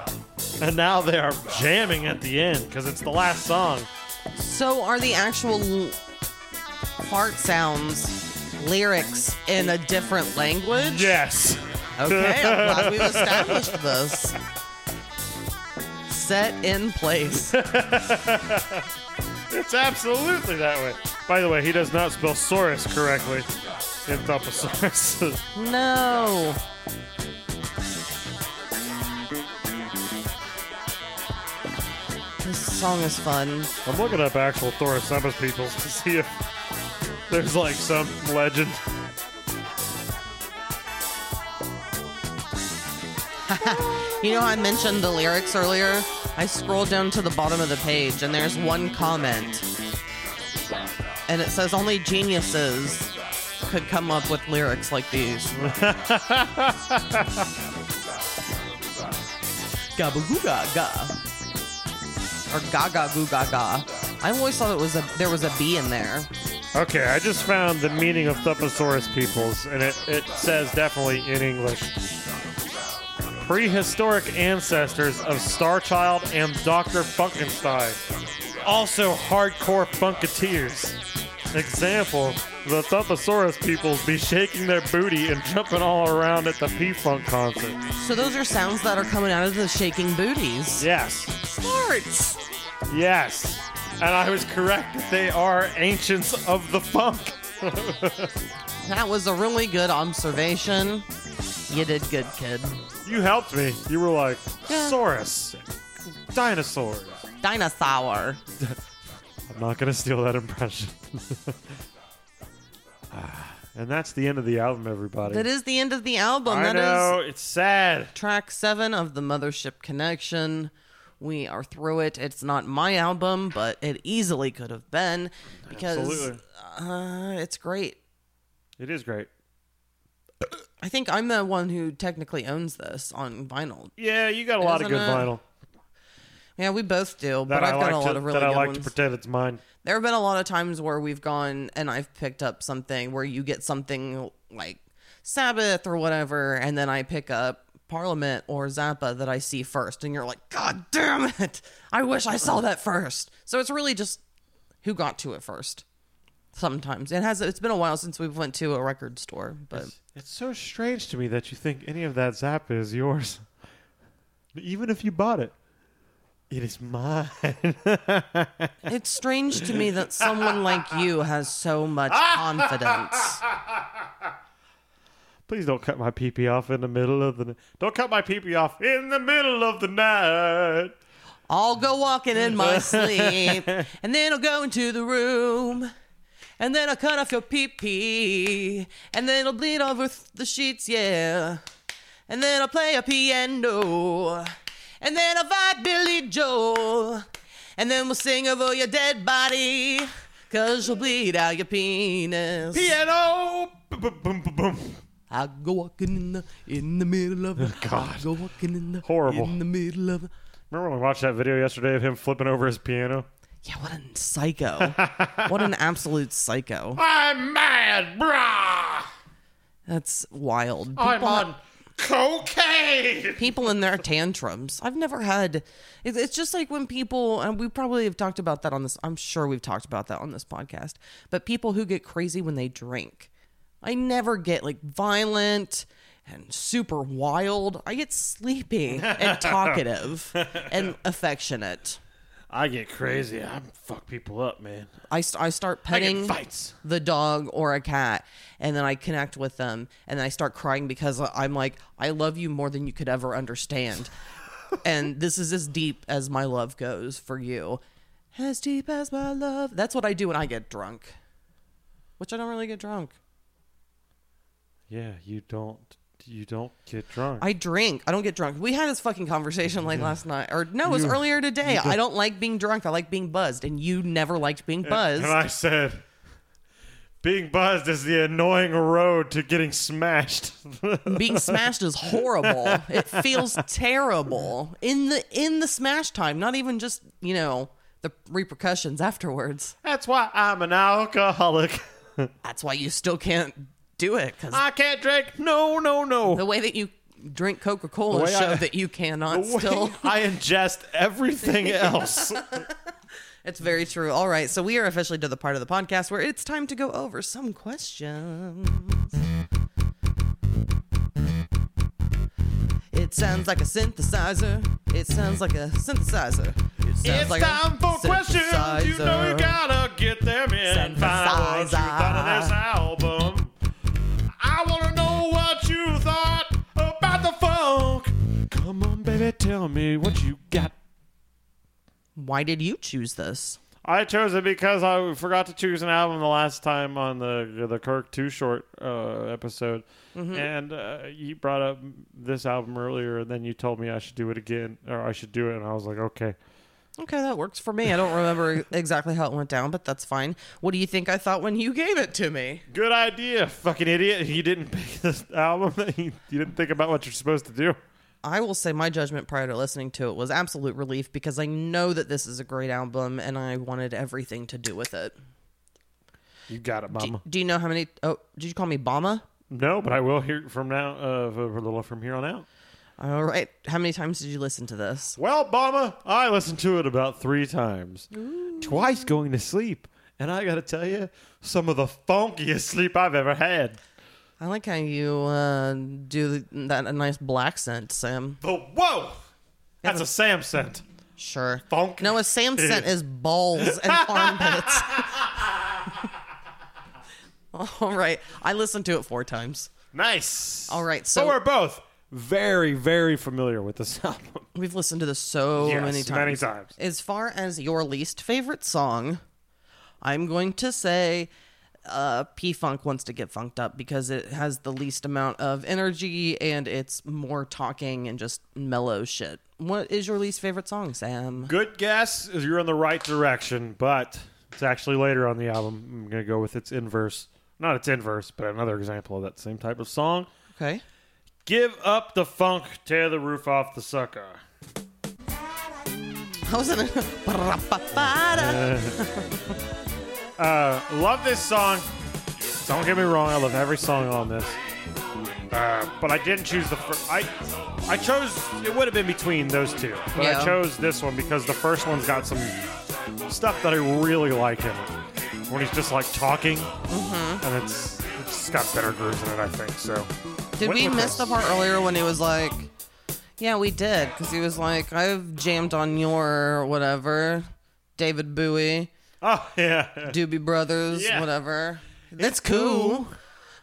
Speaker 2: And now they are jamming at the end because it's the last song.
Speaker 4: So, are the actual l- fart sounds lyrics in a different language?
Speaker 2: Yes.
Speaker 4: Okay, I'm glad we've established this. Set in place.
Speaker 2: It's absolutely that way. By the way, he does not spell Saurus correctly in Thumpasaurus.
Speaker 4: No. This song is fun.
Speaker 2: I'm looking up actual Thoracemus people to see if there's like some legend.
Speaker 4: You know, I mentioned the lyrics earlier. I scrolled down to the bottom of the page and there's one comment. And it says only geniuses could come up with lyrics like these. Gabagooga ga. Or gaga goo gaga. I always thought it was a there was a B in there.
Speaker 2: Okay, I just found the meaning of Thupasaurus peoples, and it, it says definitely in English. Prehistoric ancestors of Starchild and Dr. Funkenstein. Also hardcore funketeers. Example, the Thupasaurus peoples be shaking their booty and jumping all around at the P-Funk concert.
Speaker 4: So those are sounds that are coming out of the shaking booties.
Speaker 2: Yes.
Speaker 4: Farts.
Speaker 2: Yes. And I was correct. They are ancients of the funk.
Speaker 4: That was a really good observation. You did good, kid.
Speaker 2: You helped me. You were like,
Speaker 4: Yeah.
Speaker 2: Saurus, dinosaurs.
Speaker 4: Dinosaur.
Speaker 2: I'm not going to steal that impression. Ah, and that's the end of the album, everybody.
Speaker 4: That is the end of the album.
Speaker 2: I
Speaker 4: That is
Speaker 2: know. It's sad.
Speaker 4: track seven of the Mothership Connection. We are through it. It's not my album, but it easily could have been because
Speaker 2: Absolutely.
Speaker 4: uh, it's great.
Speaker 2: It is great.
Speaker 4: I think I'm the one who technically owns this on vinyl.
Speaker 2: Yeah, you got a lot of good
Speaker 4: Isn't it?
Speaker 2: vinyl
Speaker 4: Yeah, we both do,
Speaker 2: that
Speaker 4: but I've
Speaker 2: I
Speaker 4: got
Speaker 2: like,
Speaker 4: a lot
Speaker 2: to,
Speaker 4: of really
Speaker 2: that I
Speaker 4: good
Speaker 2: like
Speaker 4: ones.
Speaker 2: to pretend it's mine.
Speaker 4: There have been a lot of times where we've gone and I've picked up something where you get something like Sabbath or whatever, and then I pick up Parliament or Zappa that I see first, and you're like, God damn it! I wish I saw that first. So it's really just who got to it first. Sometimes it has. It's been a while since we went to a record store, but
Speaker 2: It's so strange to me that you think any of that zap is yours. Even if you bought it, it is mine.
Speaker 4: it's strange to me that someone like you has so much confidence.
Speaker 2: Please don't cut my pee off in the middle of the. Don't cut my pee off in the middle of the night.
Speaker 4: I'll go walking in my sleep, and then I'll go into the room, and then I'll cut off your pee pee, and then I'll bleed over th- the sheets, yeah, and then I'll play a piano, and then I'll fight Billy Joel, and then we'll sing over your dead body, cause you'll bleed out your penis.
Speaker 2: Piano. Boom, boom, boom, boom.
Speaker 4: I go walking in the in the middle of the God. I go walking in the
Speaker 2: Horrible.
Speaker 4: in the middle of.
Speaker 2: Remember when we watched that video yesterday of him flipping over his piano?
Speaker 4: Yeah, what a psycho. what an absolute psycho.
Speaker 2: I'm mad, brah.
Speaker 4: That's wild. People,
Speaker 2: I'm on cocaine.
Speaker 4: people in their tantrums. I've never had. It's, it's just like when people, and we probably have talked about that on this. I'm sure we've talked about that on this podcast. But people who get crazy when they drink, I never get like violent. and super wild, I get sleepy and talkative and affectionate.
Speaker 2: I get crazy. I fuck people up, man.
Speaker 4: I, st- I start
Speaker 2: I get
Speaker 4: petting
Speaker 2: fights.
Speaker 4: the dog or a cat and then I connect with them and I start crying because I'm like I love you more than you could ever understand. and this is as deep as my love goes for you. As deep as my love. That's what I do when I get drunk. Which I don't really get drunk.
Speaker 2: Yeah, you don't. You don't get drunk.
Speaker 4: I drink. I don't get drunk. We had this fucking conversation like last night or no, it was earlier today. I don't like being drunk. I like being buzzed and you never liked being buzzed.
Speaker 2: And Uh, I said, being buzzed is the annoying road to getting smashed.
Speaker 4: being smashed is horrible. It feels terrible in the in the smash time, not even just, you know, the repercussions afterwards.
Speaker 2: That's why I'm an alcoholic.
Speaker 4: That's why you still can't do it cuz
Speaker 2: I can't drink. No, no, no.
Speaker 4: the way that you drink Coca-Cola
Speaker 2: way I-
Speaker 4: show that you cannot still
Speaker 2: I ingest everything else.
Speaker 4: It's very true. All right, so we are officially to the part of the podcast where it's time to go over some questions. It sounds like a synthesizer. It sounds like a synthesizer. It sounds
Speaker 2: it's
Speaker 4: like a
Speaker 2: time for questions. You know you
Speaker 4: synthesizer.
Speaker 2: gotta get them in. and Find what you thought of this album. I wanna know what you thought about the funk. Come on, baby, tell me what you got.
Speaker 4: Why did you choose this?
Speaker 2: I chose it because I forgot to choose an album the last time on the the Kirk Too Short uh, episode, and uh, you brought up this album earlier, and then you told me I should do it again, or I should do it, and I was like, okay.
Speaker 4: Okay, that works for me. I don't remember exactly how it went down, but that's fine. What do you think I thought when you gave it to me?
Speaker 2: Good idea, fucking idiot. You didn't pick this album. you didn't think about what you're supposed to do.
Speaker 4: I will say my judgment prior to listening to it was absolute relief because I know that this is a great album and I wanted everything to do with it.
Speaker 2: You got it,
Speaker 4: Do,
Speaker 2: mama.
Speaker 4: do you know how many? Oh, did you call me Bama?
Speaker 2: No, but I will hear from now, uh, for a little from here on out.
Speaker 4: All right. How many times did you listen to this?
Speaker 2: Well, Bama, I listened to it about three times, twice going to sleep. And I got to tell you, some of the funkiest sleep I've ever had.
Speaker 4: I like how you uh, do that a nice black scent, Sam.
Speaker 2: The whoa! That's a Sam scent.
Speaker 4: Sure.
Speaker 2: Funk.
Speaker 4: No, a Sam scent is balls and armpits. All right. I listened to it four times.
Speaker 2: Nice.
Speaker 4: All right,
Speaker 2: So
Speaker 4: so-
Speaker 2: we're both very, very familiar with this album.
Speaker 4: We've listened to this so
Speaker 2: Yes,
Speaker 4: many times.
Speaker 2: many times.
Speaker 4: As far as your least favorite song, I'm going to say uh, P Funk wants to get funked up because it has the least amount of energy and it's more talking and just mellow shit. What is your least favorite song, Sam?
Speaker 2: Good guess is you're in the right direction, but it's actually later on the album. I'm going to go with its inverse. Not its inverse, but another example of that same type of song.
Speaker 4: Okay.
Speaker 2: Give up the funk, tear the roof off the sucker.
Speaker 4: I was in a.
Speaker 2: Uh, love this song. Don't get me wrong, I love every song on this. Uh, but I didn't choose the first. I I chose. It would have been between those two, but I
Speaker 4: Yeah.
Speaker 2: chose this one because the first one's got some stuff that I really like in it. When he's just like talking, and it's it's just got better grooves in it, I think. So
Speaker 4: Did
Speaker 2: Went
Speaker 4: we
Speaker 2: with
Speaker 4: miss
Speaker 2: this.
Speaker 4: the part earlier when he was like, yeah, we did? Because he was like, I've jammed on your whatever, David Bowie.
Speaker 2: Oh yeah.
Speaker 4: Doobie Brothers,
Speaker 2: Yeah.
Speaker 4: whatever. That's cool.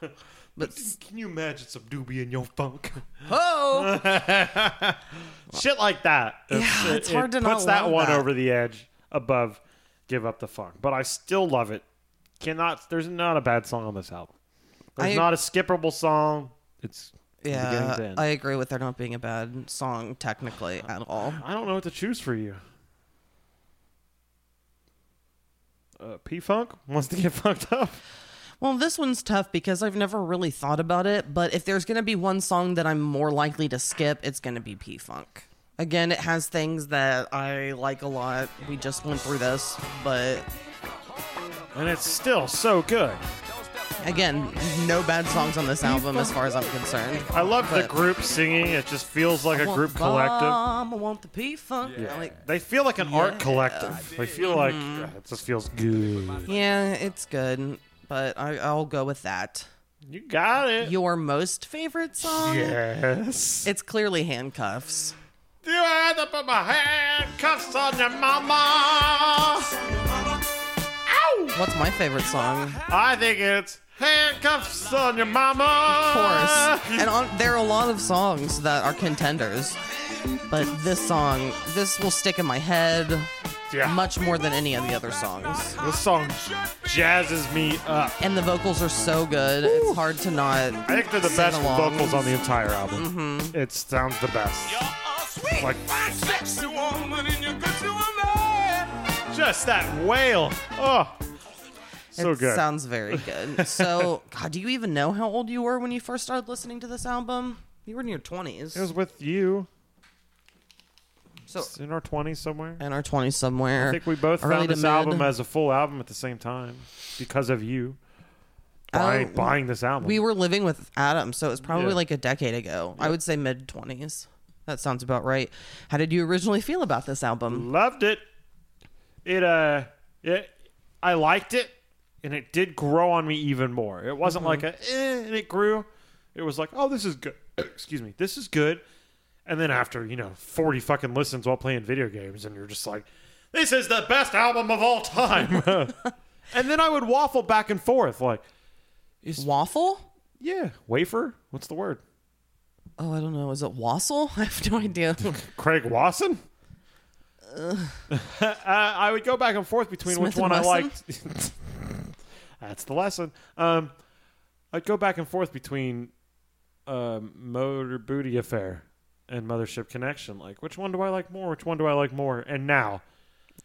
Speaker 4: But
Speaker 2: Can you imagine some doobie in your funk?
Speaker 4: oh,
Speaker 2: Shit like that. It's,
Speaker 4: Yeah, it's hard to
Speaker 2: puts
Speaker 4: not
Speaker 2: that
Speaker 4: love
Speaker 2: one
Speaker 4: that.
Speaker 2: over the edge above Give Up the Funk. But I still love it. Cannot there's not a bad song on this album. There's
Speaker 4: I-
Speaker 2: not a skippable song. It's from beginning to
Speaker 4: yeah,
Speaker 2: end.
Speaker 4: I
Speaker 2: I,
Speaker 4: agree with there not being a bad song technically
Speaker 2: Uh-huh.
Speaker 4: at all.
Speaker 2: don't know what to choose for you. Uh, P Funk wants to get funked up.
Speaker 4: Well, this one's tough because I've never really thought about it. But if there's gonna be one song that I'm more likely to skip, it's gonna be P Funk. Again, it has things that I like a lot. We just went through this, but
Speaker 2: And it's still so good.
Speaker 4: again, no bad songs on this album as far as I'm concerned.
Speaker 2: I love the
Speaker 4: But-
Speaker 2: group singing. It just feels like
Speaker 4: I
Speaker 2: a
Speaker 4: want
Speaker 2: group
Speaker 4: the
Speaker 2: collective.
Speaker 4: bomb, I want the P Funk. Like,
Speaker 2: They feel like an art collective. They feel like
Speaker 4: Mm-hmm.
Speaker 2: "Yeah, it just feels good.
Speaker 4: Yeah, it's good, but I, I'll go with that.
Speaker 2: You got it.
Speaker 4: Your most favorite song?
Speaker 2: Yes.
Speaker 4: It's clearly handcuffs.
Speaker 2: You had to put my handcuffs on your mama.
Speaker 4: What's my favorite song?
Speaker 2: I think it's handcuffs on your mama.
Speaker 4: Of course. And on, there are a lot of songs that are contenders, but this song, this will stick in my head
Speaker 2: Yeah.
Speaker 4: much more than any of the other songs.
Speaker 2: This song jazzes me up.
Speaker 4: And the vocals are so good; it's hard to not.
Speaker 2: I think they're the
Speaker 4: sing
Speaker 2: best
Speaker 4: along. Mm-hmm.
Speaker 2: vocals on the entire album. It sounds the best. Like- Just that wail. Oh, so
Speaker 4: it
Speaker 2: good.
Speaker 4: sounds very good. So, God, do you even know how old you were when you first started listening to this album? You were in your twenties.
Speaker 2: it was with you.
Speaker 4: So
Speaker 2: It's in our 20s somewhere.
Speaker 4: in our twenties somewhere.
Speaker 2: I think we both
Speaker 4: early
Speaker 2: found
Speaker 4: to
Speaker 2: this
Speaker 4: mid.
Speaker 2: album as a full album at the same time because of you buying,
Speaker 4: Oh,
Speaker 2: buying this album.
Speaker 4: We were living with Adam, so it was probably
Speaker 2: Yeah.
Speaker 4: like a decade ago. I would say mid twenties. That sounds about right. How did you originally feel about this album?
Speaker 2: loved it. It uh, it I liked it, and it did grow on me even more. It wasn't like a eh, and it grew. It was like, oh, this is good. Excuse me, this is good. And then after you know forty fucking listens while playing video games, and you're just like, this is the best album of all time. and then I would waffle back and forth like,
Speaker 4: Waffle?
Speaker 2: yeah, wafer. What's the word?
Speaker 4: Oh, I don't know. Is it wassail? I have no idea.
Speaker 2: Craig Wasson? uh, I would go back and forth between
Speaker 4: Smith
Speaker 2: which
Speaker 4: and
Speaker 2: one I
Speaker 4: Wesson?
Speaker 2: liked. That's the lesson. Um, I'd go back and forth between um, Motor Booty Affair and Mothership Connection. Like, which one do I like more? Which one do I like more? And now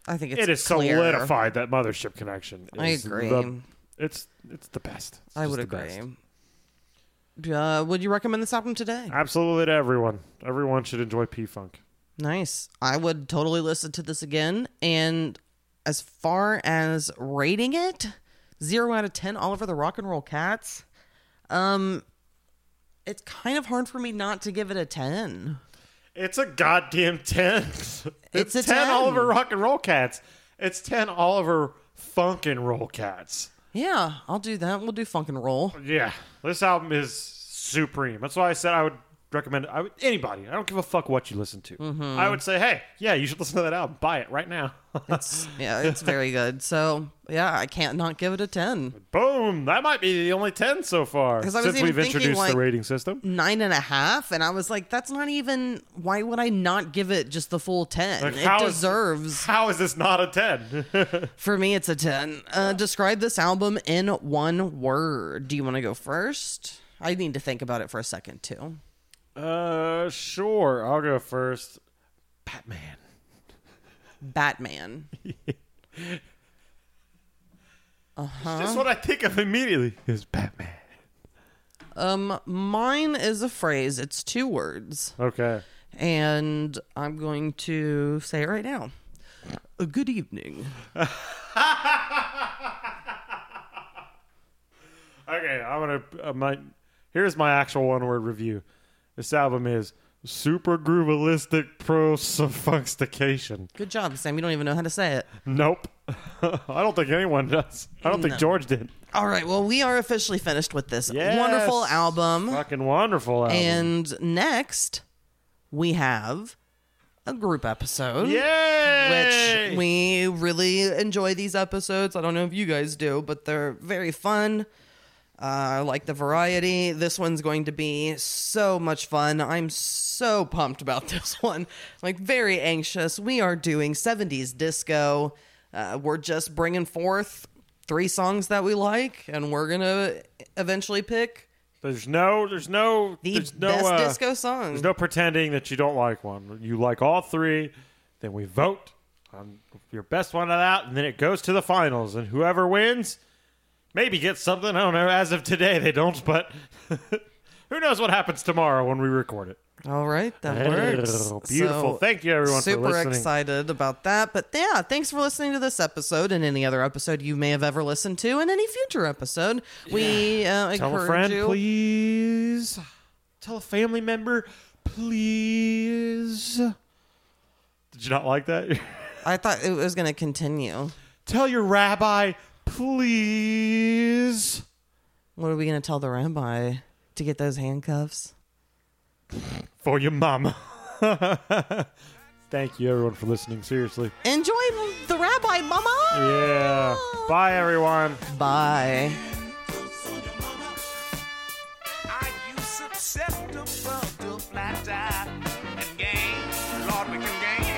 Speaker 4: I think it's
Speaker 2: it is
Speaker 4: clear.
Speaker 2: solidified that Mothership Connection.
Speaker 4: I
Speaker 2: is
Speaker 4: agree.
Speaker 2: the- it's it's the best. It's
Speaker 4: I
Speaker 2: just
Speaker 4: would
Speaker 2: the
Speaker 4: agree.
Speaker 2: best.
Speaker 4: Uh, would you recommend this album today?
Speaker 2: Absolutely to everyone. Everyone should enjoy P Funk.
Speaker 4: Nice. I would totally listen to this again. And as far as rating it, zero out of ten all over the rock and roll cats. Um it's kind of hard for me not to give it a ten.
Speaker 2: It's a goddamn 10.
Speaker 4: It's
Speaker 2: It's,
Speaker 4: a
Speaker 2: 10,
Speaker 4: 10.
Speaker 2: Oliver Rock and Roll Cats. It's 10 Oliver Funk and Roll Cats.
Speaker 4: Yeah, I'll do that. We'll do funk and roll.
Speaker 2: Yeah. This album is supreme. That's why I said I would recommend it. I would, anybody. I don't give a fuck what you listen to.
Speaker 4: Mm-hmm.
Speaker 2: I would say, hey, yeah, you should listen to that album. Buy it right now.
Speaker 4: It's yeah, it's very good. So yeah, I can't not give it a ten.
Speaker 2: Boom. That might be the only 10 so far
Speaker 4: 'Cause I was
Speaker 2: since
Speaker 4: even
Speaker 2: we've
Speaker 4: thinking,
Speaker 2: introduced
Speaker 4: like- Mm.
Speaker 2: the rating system.
Speaker 4: Nine and a half, and I was like, that's not even why would I not give it just the full ten?
Speaker 2: Like,
Speaker 4: it
Speaker 2: how is-
Speaker 4: deserves
Speaker 2: How is this not a 10?
Speaker 4: For me, it's a 10. Uh, describe this album in one word. Do you want to go first? I need to think about it for a second, too.
Speaker 2: uh, sure. I'll go first. Batman.
Speaker 4: Batman.
Speaker 2: Just what I think of immediately is Batman.
Speaker 4: Um, mine is a phrase, it's two words.
Speaker 2: Okay.
Speaker 4: And I'm going to say it right now. A good evening.
Speaker 2: Okay, I'm gonna uh, my here's my actual one word review. This album is super groovalistic pro sophistication.
Speaker 4: Good job, Sam. You don't even know how to say it.
Speaker 2: Nope, I don't think anyone does. I don't think George did.
Speaker 4: All right. Well, we are officially finished with this
Speaker 2: Yes.
Speaker 4: wonderful album.
Speaker 2: Fucking wonderful album.
Speaker 4: And next, we have a group episode.
Speaker 2: Yay!
Speaker 4: which we really enjoy these episodes. I don't know if you guys do, but they're very fun. Uh, I like the variety. This one's going to be so much fun. I'm so pumped about this one. Like, very anxious. We are doing 70s disco. Uh, we're just bringing forth three songs that we like, and we're going to eventually pick
Speaker 2: there's no, there's no,
Speaker 4: the
Speaker 2: there's no
Speaker 4: best
Speaker 2: uh,
Speaker 4: disco song.
Speaker 2: There's no pretending that you don't like one. You like all three. Then we vote on your best one out, and then it goes to the finals. And whoever wins, maybe gets something. I don't know. As of today, they don't. But who knows what happens tomorrow when we record it?
Speaker 4: All right, that
Speaker 2: Oh,
Speaker 4: works.
Speaker 2: beautiful. Thank you, everyone, for
Speaker 4: Super
Speaker 2: listening.
Speaker 4: excited about that. But yeah, thanks for listening to this episode and any other episode you may have ever listened to, and any future episode. We uh, encourage
Speaker 2: Tell a friend,
Speaker 4: you.
Speaker 2: please. Tell a family member, please. Did you not like that?
Speaker 4: I thought it was going to continue.
Speaker 2: Tell your rabbi, please.
Speaker 4: What are we going to tell the rabbi to get those handcuffs?
Speaker 2: for your mama. Thank you, everyone, for listening. Seriously.
Speaker 4: Enjoy the rabbi, mama.
Speaker 2: Yeah. Bye, everyone.
Speaker 4: Bye.
Speaker 3: Are you susceptible to black tie and gain? Lord, we can gain.